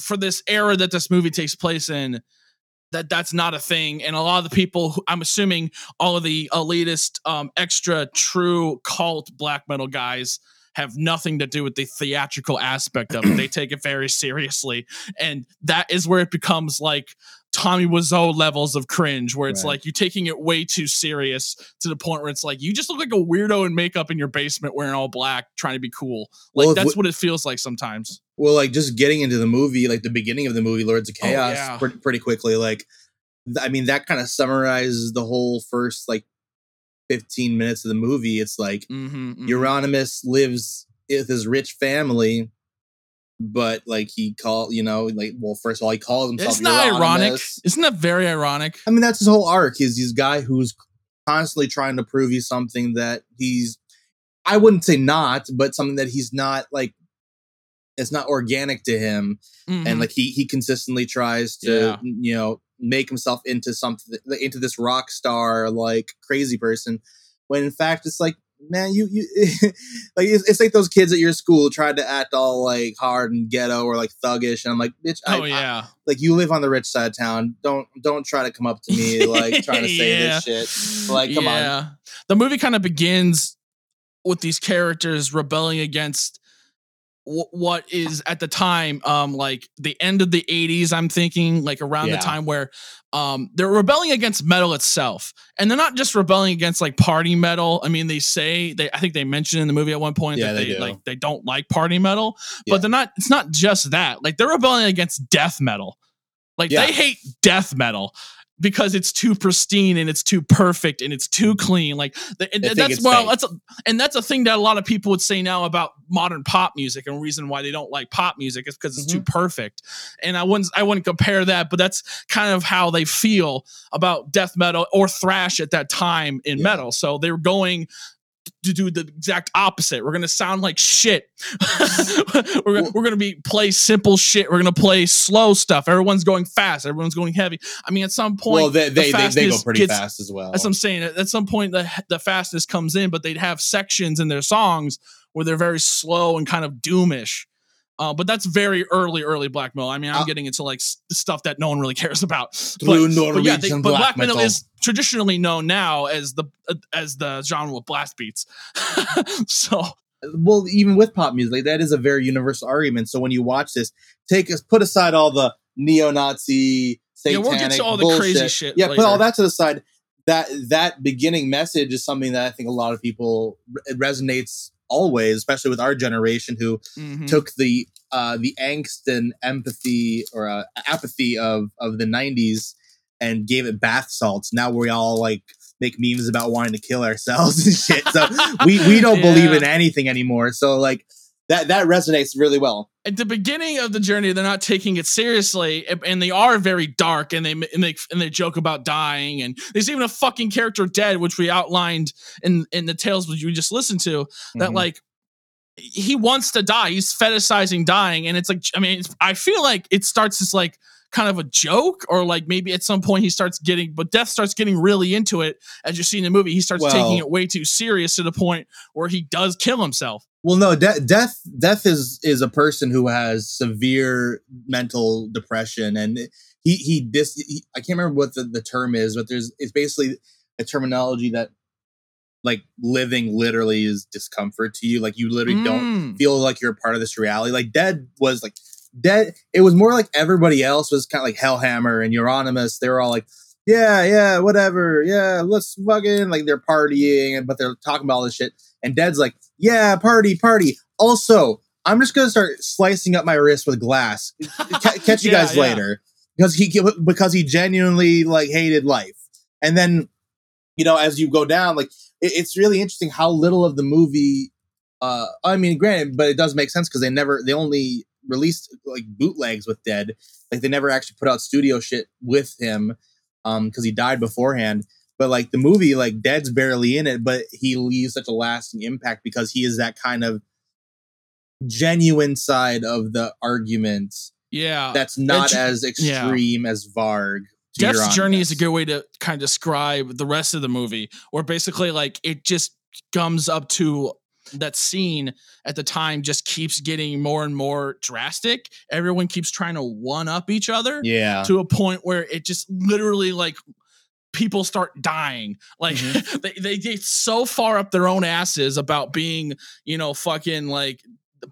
S1: for this era that this movie takes place in, that that's not a thing. And a lot of the people, who, I'm assuming, all of the elitist, um, extra true cult black metal guys have nothing to do with the theatrical aspect of it. they take it very seriously, and that is where it becomes like Tommy Wiseau levels of cringe, where it's
S6: Right.
S1: like you're taking it way too serious to the point where it's like you just look like a weirdo in makeup in your basement wearing all black, trying to be cool. Like
S6: Well, if
S1: that's
S6: we-
S1: what it feels like sometimes.
S6: well like just getting into the movie like the beginning of the movie lords of
S1: Oh,
S6: chaos
S1: yeah.
S6: pretty, pretty quickly like th- i mean that kind of summarizes the whole first like 15 minutes of the movie it's like
S1: Mm-hmm,
S6: euronymous lives with his rich family but like he call you know like well first of all he calls himself
S1: Isn't that ironic?
S6: Euronymous.
S1: Isn't that very ironic?
S6: i mean that's his whole arc is this guy who's constantly trying to prove he's something that he's i wouldn't say not but something that he's not like it's not organic to him
S1: Mm-hmm.
S6: and like he he consistently tries to you know make himself into something into this rock star like crazy person when in fact it's like man you <laughs> you like it's, it's like those kids at your school tried to act all like hard and ghetto or like thuggish and i'm like bitch I,
S1: oh
S6: I-
S1: yeah,
S6: like you live on the rich side of town don't don't try to come up to me
S1: <laughs>
S6: like trying to say this shit Like, come on.
S1: on. The movie kind of begins with these characters rebelling against w- what is at the time um like the end of the 80s i'm thinking like around
S6: Yeah.
S1: the time where um they're rebelling against metal itself and they're not just rebelling against like party metal i mean they say they i think they mentioned in the movie at one point
S6: Yeah,
S1: that
S6: they
S1: they,
S6: do.
S1: like they don't like party metal
S6: Yeah.
S1: but they're not it's not just that like they're rebelling against death metal like
S6: Yeah.
S1: they hate death metal because it's too pristine and it's too perfect and it's too clean like th- and
S6: They think
S1: that's
S6: it's
S1: well
S6: fake.
S1: that's a, and that's a thing that a lot of people would say now about modern pop music and reason why they don't like pop music is because it's too perfect and i wouldn't i wouldn't compare that but that's kind of how they feel about death metal or thrash at that time in
S6: Yeah.
S1: metal so they're going to do the exact opposite we're gonna sound like shit <laughs> we're, gonna- we're gonna be play simple shit we're gonna play slow stuff everyone's going fast everyone's going heavy i mean at some point
S6: well, they
S1: the
S6: they, they, they go
S1: fastest
S6: pretty
S1: gets-
S6: fast as well.
S1: that's what I'm saying. At at some point, the the fastness comes in, but they'd have sections in their songs where they're very slow and kind of doomish. Uh, but that's very early, early black metal. I mean, I'm
S6: Uh,
S1: getting into like s- stuff that no one really cares about. But-
S6: Blue
S1: But, yeah,
S6: Norwegian
S1: they- but
S6: black,
S1: black metal
S6: metal
S1: is traditionally known now as the uh, as the genre of blast beats. <laughs> so
S6: well, even with pop music, like, that is a very universal argument. So when you watch this, take us put aside all the neo-Nazi
S1: Yeah,
S6: satanic
S1: we'll get to all the
S6: bullshit.
S1: crazy shit
S6: Yeah, put all
S1: later.
S6: that to the side. That that beginning message is something that I think a lot of people it resonates always, especially with our generation who
S1: mhm.
S6: took the uh, the angst and empathy or uh, apathy of of the '90s and gave it bath salts. Now we all like make memes about wanting to kill ourselves and shit. So we we don't believe in anything anymore. So like that that resonates really well.
S1: at the beginning of the journey, they're not taking it seriously, and- and they are very dark, and they and they and they joke about dying, and there's even a fucking character dead, which we outlined in in the tales which we just listened to. That
S6: Mhm.
S1: like he wants to die, he's fetishizing dying, and it's like I mean, it's, I feel like it starts as like kind of a joke, or like maybe at some point he starts getting, but death starts getting really into it, as you see in the movie. He starts taking
S6: Well-
S1: it way too serious to the point where he does kill himself.
S6: Well, no, de- death death is is a person who has severe mental depression, and he he dis. He, I can't remember what the, the term is, but there's it's basically a terminology that like living literally is discomfort to you. Like you literally don't
S1: Mm.
S6: feel like you're a part of this reality. Like dead was like dead. It was more like everybody else was kind of like Hellhammer and Euronymous. They were all like, yeah, yeah, whatever, yeah, let's fucking like they're partying and but they're talking about all this shit. And dead's like, yeah, party, party. Also, I'm just gonna start slicing up my wrist with glass.
S1: <laughs>
S6: Ca- catch you
S1: Yeah,
S6: guys
S1: yeah.
S6: later because he because he genuinely like hated life. And then you know as you go down, like it- it's really interesting how little of the movie uh i mean granted but it does make sense because they never they only released like bootlegs with dead like they never actually put out studio shit with him um because he died beforehand but like the movie like dead's barely in it but he leaves such a lasting impact because he is that kind of genuine side of the argument
S1: Yeah,
S6: that's not
S1: ge-
S6: as
S1: Uh, yeah.
S6: extreme as varg to your
S1: Death's Journey is a
S6: honest.
S1: good way to kind of describe the rest of the movie, where basically like it just comes up to that scene at the time just keeps getting more and more drastic. Everyone keeps trying to one up each other
S6: yeah
S1: to a point where it just literally like people start dying like they, they get so far up their own asses about being <laughs> you know fucking like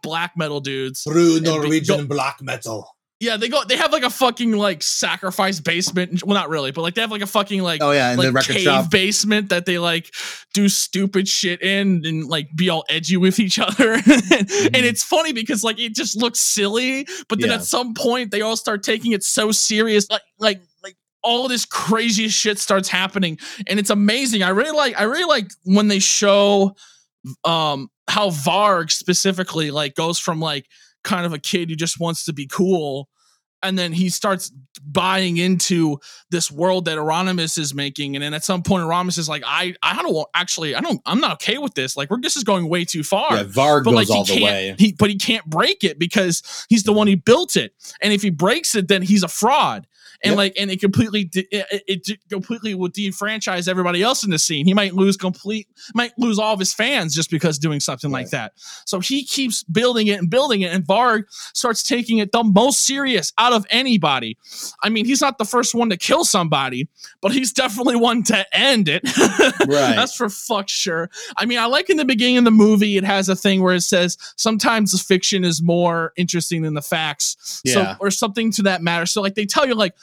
S1: black metal dudes
S6: through
S1: be- Norwegian
S6: black metal
S1: yeah they go they have like a fucking like sacrifice basement well not really but like they have like a fucking like
S6: oh yeah in
S1: like
S6: the record
S1: cave
S6: shop
S1: basement that they like do stupid shit in and like be all edgy with each other. <laughs> And it's funny because like it just looks silly, but then
S6: Mm-hmm. Yeah.
S1: at some point they all start taking it so serious, like like like all this crazy shit starts happening, and it's amazing. I really like I really like when they show um how Varg specifically like goes from like kind of a kid who just wants to be cool and then he starts buying into this world that Euronymous is making. And then at some point, Euronymous is like, I, I don't want, actually, I don't, I'm not okay with this. Like, we're, this is going way too far.
S6: yeah, varg
S1: But
S6: goes
S1: like he
S6: all the way
S1: <laughs> can't, he, but he can't break it because he's the one who built it. And if he breaks it, then he's a fraud. and
S6: Yep.
S1: like and it completely de- it, it de- completely <laughs> will defranchise everybody else in the scene. He might lose complete might lose all of his fans just because doing something like that. So he keeps building it and building it, and Varg starts taking it the most serious out of anybody. I mean, he's not the first one to kill somebody, but he's definitely one to end it.
S6: Right.
S1: That's for fuck sure. I mean, I like in the beginning of the movie, it has a thing where it says sometimes the fiction is more interesting than the facts.
S6: Yeah.
S1: So, or something to that matter. So like they tell you like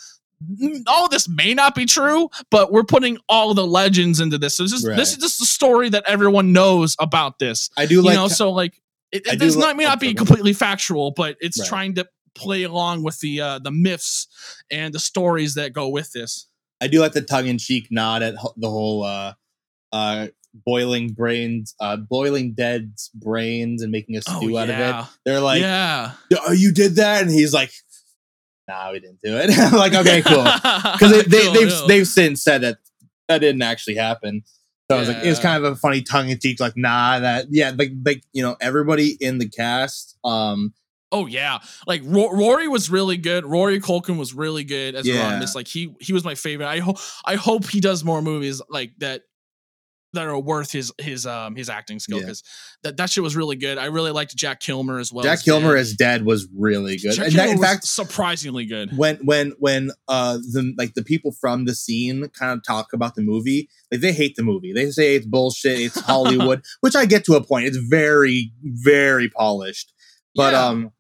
S1: "Mm, all of this may not be true, but we're putting all the legends into this. So this is this
S6: Right.
S1: is just the story that everyone knows about this.
S6: I do
S1: You
S6: like
S1: know, so like it,
S6: I
S1: it
S6: do
S1: does
S6: li-
S1: not may not be
S6: okay.
S1: completely factual, but it's
S6: Right.
S1: trying to play along with the uh the myths and the stories that go with this.
S6: I do like the tongue in cheek nod at ho- the whole uh uh boiling brains uh boiling dead's brains and making a
S1: Oh,
S6: stew out of it. They're like,
S1: yeah.
S6: "Oh, you did that?" And he's like, "Nah, we didn't do it." <laughs> I'm like, "Okay,
S1: <laughs>
S6: cool." Cuz they, they
S1: Cool,
S6: they've
S1: cool.
S6: they've since said that that didn't actually happen. So I was like, it was
S1: Yeah.
S6: kind of a funny tongue in cheek, like, nah, that, yeah, like, like, you know, everybody in the cast, um,
S1: Oh yeah, like Ro- Rory was really good. Rory Culkin was really good as
S6: Yeah.
S1: Rodimus. Like he he was my favorite. I hope I hope he does more movies like that that are worth his his um his acting skill
S6: Yeah.
S1: because that that shit was really good. I really liked Jack Kilmer as well.
S6: Jack
S1: as
S6: Kilmer
S1: Dead.
S6: as Dead was really good.
S1: Jack
S6: and
S1: Kilmer
S6: that, in
S1: was
S6: fact,
S1: surprisingly good.
S6: when when when uh the like the people from the scene kind of talk about the movie like they hate the movie they say it's bullshit
S1: <laughs>
S6: it's hollywood which i get to a point it's very very polished but
S1: Yeah.
S6: um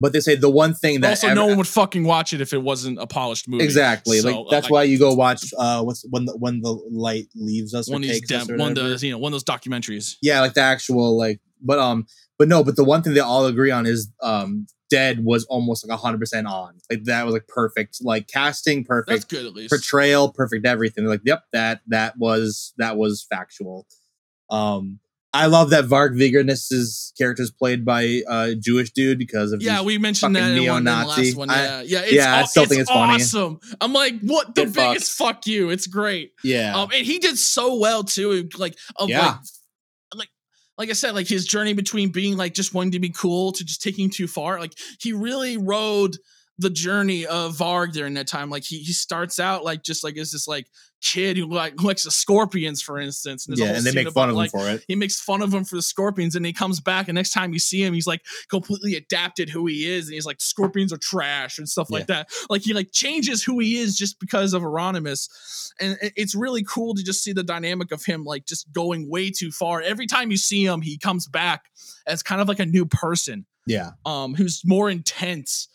S6: but they say the one thing
S1: But
S6: that
S1: also
S6: ever-
S1: no one would fucking watch it if it wasn't a polished movie.
S6: exactly
S1: So, uh,
S6: like that's
S1: like,
S6: why you go watch uh what's when the when the light leaves us or
S1: one of these
S6: takes us
S1: dem-
S6: or
S1: one of
S6: whatever.
S1: those you know one of those documentaries.
S6: yeah like the actual like but um but no but the one thing they all agree on is um dead was almost like 100% on like that was like perfect like casting perfect
S1: That's good at least.
S6: portrayal perfect everything They're like yep that that was that was factual um i love that varg vigernes's character is played by uh jewish dude because of
S1: Yeah,
S6: his-
S1: we mentioned that
S6: fucking
S1: in one, in the
S6: neo-Nazi.
S1: last one.
S6: I-
S1: Yeah, yeah, it's,
S6: yeah, I
S1: aw-
S6: still think it's
S1: it's
S6: funny.
S1: awesome. I'm like, what the
S6: It
S1: biggest fuck you? It's great.
S6: yeah
S1: Um, and he did so well too. Like, of
S6: Yeah.
S1: like, like, like I said, like his journey between being like just wanting to be cool to just taking too far. Like he really rode the journey of Varg during that time. Like he he starts out like just like as this like kid who like likes the scorpions, for instance. there's a
S6: yeah
S1: whole
S6: and they
S1: scene
S6: make
S1: about,
S6: fun of
S1: like,
S6: him for it
S1: he makes fun of him for the scorpions and he comes back and next time you see him he's like completely adapted who he is and he's like scorpions are trash and stuff like that like he like changes who he is just because of Euronymous and it- it's really cool to just see the dynamic of him like just going way too far every time you see him he comes back as kind of like a new person
S6: yeah
S1: um who's more intense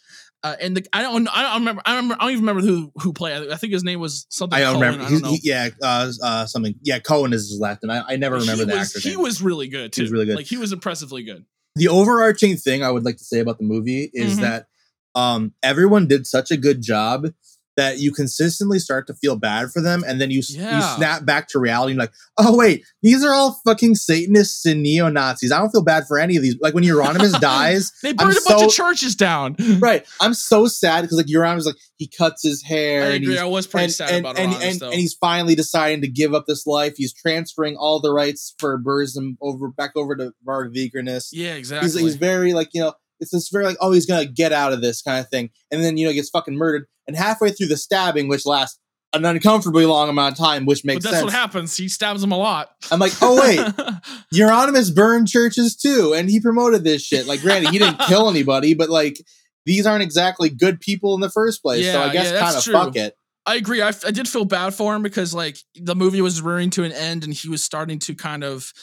S1: uh, and the, I don't I don't remember I don't remember I don't even remember who who played I think his name was something
S6: i don't
S1: Cohen,
S6: remember
S1: I
S6: He's-
S1: don't know
S6: he- yeah uh, uh something yeah cohen is his last name i, I never remember
S1: he
S6: the
S1: was,
S6: actor's
S1: he
S6: name.
S1: was really good too
S6: He was really good.
S1: like he was impressively good
S6: the overarching thing I would like to say about the movie is
S1: Mhm.
S6: that um, everyone did such a good job that you consistently start to feel bad for them, and then you s-
S1: Yeah.
S6: you snap back to reality and like, oh wait, these are all fucking Satanists and neo Nazis. I don't feel bad for any of these. Like when Euronymous
S1: <laughs>
S6: dies,
S1: They burned a bunch of churches down.
S6: right? I'm so sad because like Euronymous like he cuts his
S1: I
S6: hair and
S1: agree.
S6: he's
S1: I was pretty
S6: and,
S1: sad
S6: and,
S1: about
S6: and,
S1: Aranus,
S6: and,
S1: though.
S6: and he's finally deciding to give up this life. He's transferring all the rights for Burzum over back over to Varg Vikernes
S1: yeah, exactly.
S6: he's, he's very like you know it's this very like oh he's gonna get out of this kind of thing and then you know he gets fucking murdered and halfway through the stabbing which lasts an uncomfortably long amount of time which
S1: but
S6: makes
S1: that's
S6: sense
S1: what happens. He stabs him a lot.
S6: i'm like oh
S1: <laughs>
S6: wait euronymous burned churches too and he promoted this shit like granted he
S1: <laughs>
S6: didn't kill anybody but like these aren't exactly good people in the first place so
S1: Yeah,
S6: i guess
S1: yeah, that's
S6: kind of
S1: true.
S6: fuck it
S1: I agree. I, f- I did feel bad for him because like the movie was rearing to an end and he was starting to kind of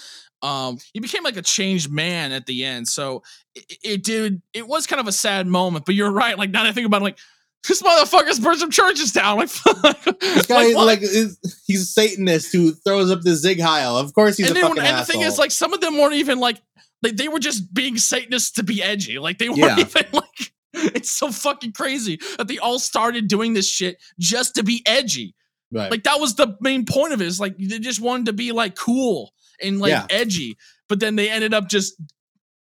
S1: um he became like a changed man at the end. So it, it did it was kind of a sad moment, but you're right. Like now that I think about it, like this motherfucker's burned some churches down. Like, <laughs>
S6: this guy
S1: what?
S6: like, is, he's a satanist who throws up the zig heil of course he's
S1: and,
S6: a
S1: then,
S6: fucking
S1: and the
S6: asshole
S1: thing is, like, some of them weren't even like they, they were just being Satanists to be edgy. Like they weren't
S6: Yeah.
S1: even like <laughs> it's so fucking crazy that they all started doing this shit just to be edgy.
S6: right.
S1: Like that was the main point of it. Is like they just wanted to be like cool and like
S6: Yeah.
S1: edgy, but then they ended up just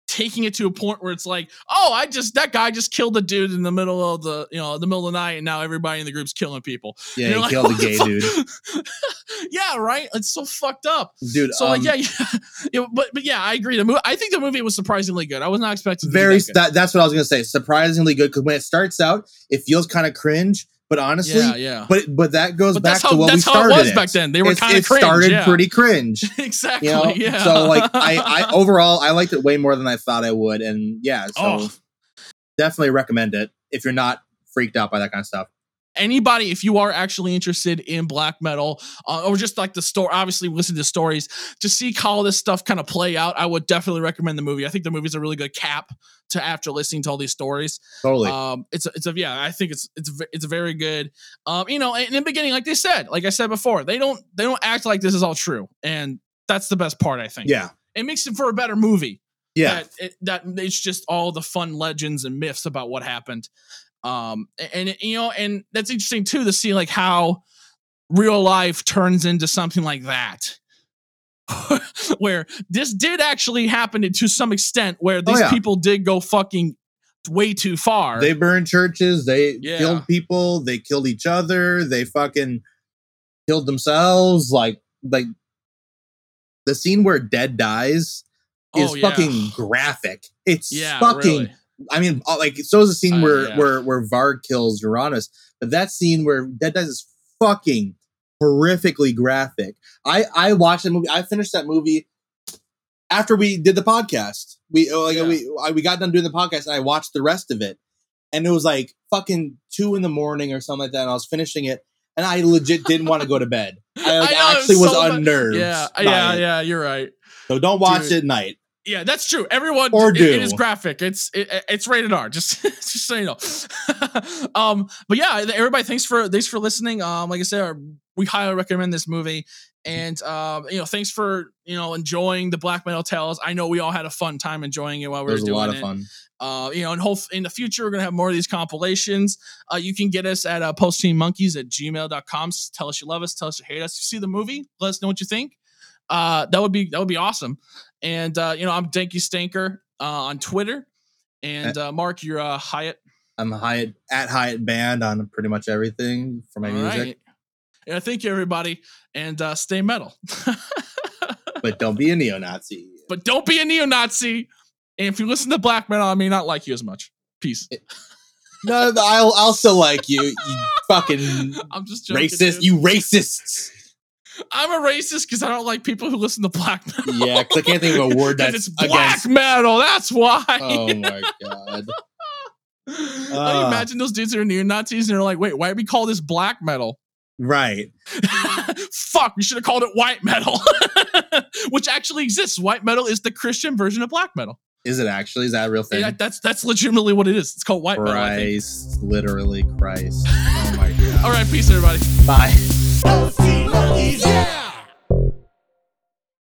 S1: taking it to a point where it's like, oh, I just that guy just killed a dude in the middle of the you know the middle of the night, and now everybody in the group's killing people.
S6: yeah
S1: And
S6: he
S1: you're like, <laughs>
S6: killed a
S1: what the
S6: gay
S1: fuck?
S6: dude
S1: yeah, right. It's so fucked up.
S6: dude
S1: So
S6: um,
S1: like yeah, <laughs> yeah, yeah, but but yeah, I agree. The movie, I think the movie was surprisingly good. I was not expecting it to be
S6: very
S1: that good.
S6: that that's what I was gonna say. Surprisingly good because when it starts out, it feels kind of cringe, But honestly,
S1: yeah, yeah.
S6: but but that goes
S1: But
S6: back
S1: that's how
S6: to what we
S1: that's how it
S6: started.
S1: was
S6: at.
S1: back then. They were
S6: It's-
S1: kind of
S6: it
S1: cringe.
S6: started
S1: yeah.
S6: pretty
S1: <laughs>
S6: cringe.
S1: exactly.
S6: You know?
S1: Yeah.
S6: So like
S1: <laughs>
S6: I, I overall I liked it way more than I thought I would, and yeah, so
S1: Oh.
S6: definitely recommend it if you're not freaked out by that kind of stuff.
S1: anybody if you are actually interested in black metal uh, or just like the story obviously listen to stories to see how this stuff kind of play out i would definitely recommend the movie i think the movie's a really good cap to after listening to all these stories
S6: Totally.
S1: um it's a, it's a yeah i think it's it's ve- it's very good um you know and in the beginning like they said like i said before they don't they don't act like this is all true and that's the best part i think
S6: yeah.
S1: it makes it for a better movie <laughs>
S6: Yeah.
S1: that, it, that it's just all the fun legends and myths about what happened um a- and, it- you know and that's interesting too to see like how real life turns into something like that where this did actually happen to- to some extent where these
S6: Oh, yeah.
S1: people did go fucking way too far
S6: They burned churches. They
S1: Yeah.
S6: killed people. They killed each other. They fucking killed themselves. Like like the scene where Dead dies is
S1: Oh, yeah.
S6: fucking graphic. It's
S1: yeah
S6: fucking.
S1: really. <laughs>
S6: I mean, uh, like so is the scene
S1: Uh,
S6: where
S1: yeah.
S6: where where Varg kills Uranus, but that scene where Dead dies is fucking horrifically graphic. I I watched that movie. I finished that movie after we did the podcast. We uh, like
S1: Yeah.
S6: we I, we got done doing the podcast, and I watched the rest of it, and it was like fucking two in the morning or something like that. And I was finishing it, and I legit didn't want to go to
S1: <laughs>
S6: bed. I, like,
S1: I know, it
S6: actually was
S1: so bad.
S6: unnerved.
S1: yeah
S6: by
S1: yeah
S6: it.
S1: yeah you're right
S6: So don't watch
S1: Dude.
S6: it at night.
S1: Yeah, that's true. Everyone
S6: Or
S1: it- it
S6: do.
S1: is graphic. It's it, it's rated R. Just <laughs> just so you know. um, but yeah, everybody, thanks for thanks for listening. Um, like I said, we highly recommend this movie. And um, you know, thanks for you know enjoying the Black Metal Tales. I know we all had a fun time enjoying it while we
S6: It was
S1: were
S6: a
S1: doing
S6: lot
S1: it
S6: of fun.
S1: uh, you know, and hope in the future we're gonna have more of these compilations. Uh, you can get us at uh, postteammonkeys at gmail.com. S- Tell us you love us, tell us you hate us. You see the movie, let us know what you think. Uh, that would be that would be awesome. And uh, you know, I'm Danky Stanker uh, on Twitter, and uh, Mark, you're uh, Hyatt.
S6: I'm Hyatt at Hyatt Band on pretty much everything for my
S1: All
S6: music.
S1: right. Yeah, thank you everybody, and uh, stay metal. <laughs>
S6: But don't be a neo-Nazi.
S1: but don't be a neo-Nazi. And if you listen to black metal, I may not like you as much. Peace.
S6: No, I'll I'll still like you. You
S1: <laughs>
S6: fucking
S1: I'm just joking.
S6: racist.
S1: dude.
S6: You racists.
S1: I'm a racist because I don't like people who listen to black metal.
S6: Yeah, because I can't think of a word
S1: <laughs> 'Cause
S6: that's
S1: it's black
S6: against.
S1: metal. That's why.
S6: Oh my god.
S1: <laughs> I
S6: Ah.
S1: imagine those dudes are near Nazis and they're like, wait, why do we call this black metal? <laughs>
S6: Right.
S1: Fuck, we should have called it white metal, <laughs> which actually exists. White metal is the Christian version of black metal.
S6: Is it actually? Is that a real thing?
S1: Yeah, that's that's legitimately what it is. It's called white metal. I think.
S6: Christ,
S1: <laughs>
S6: literally Christ. Oh my god.
S1: All right, peace, everybody.
S6: Bye.
S9: Those team monkeys, yeah.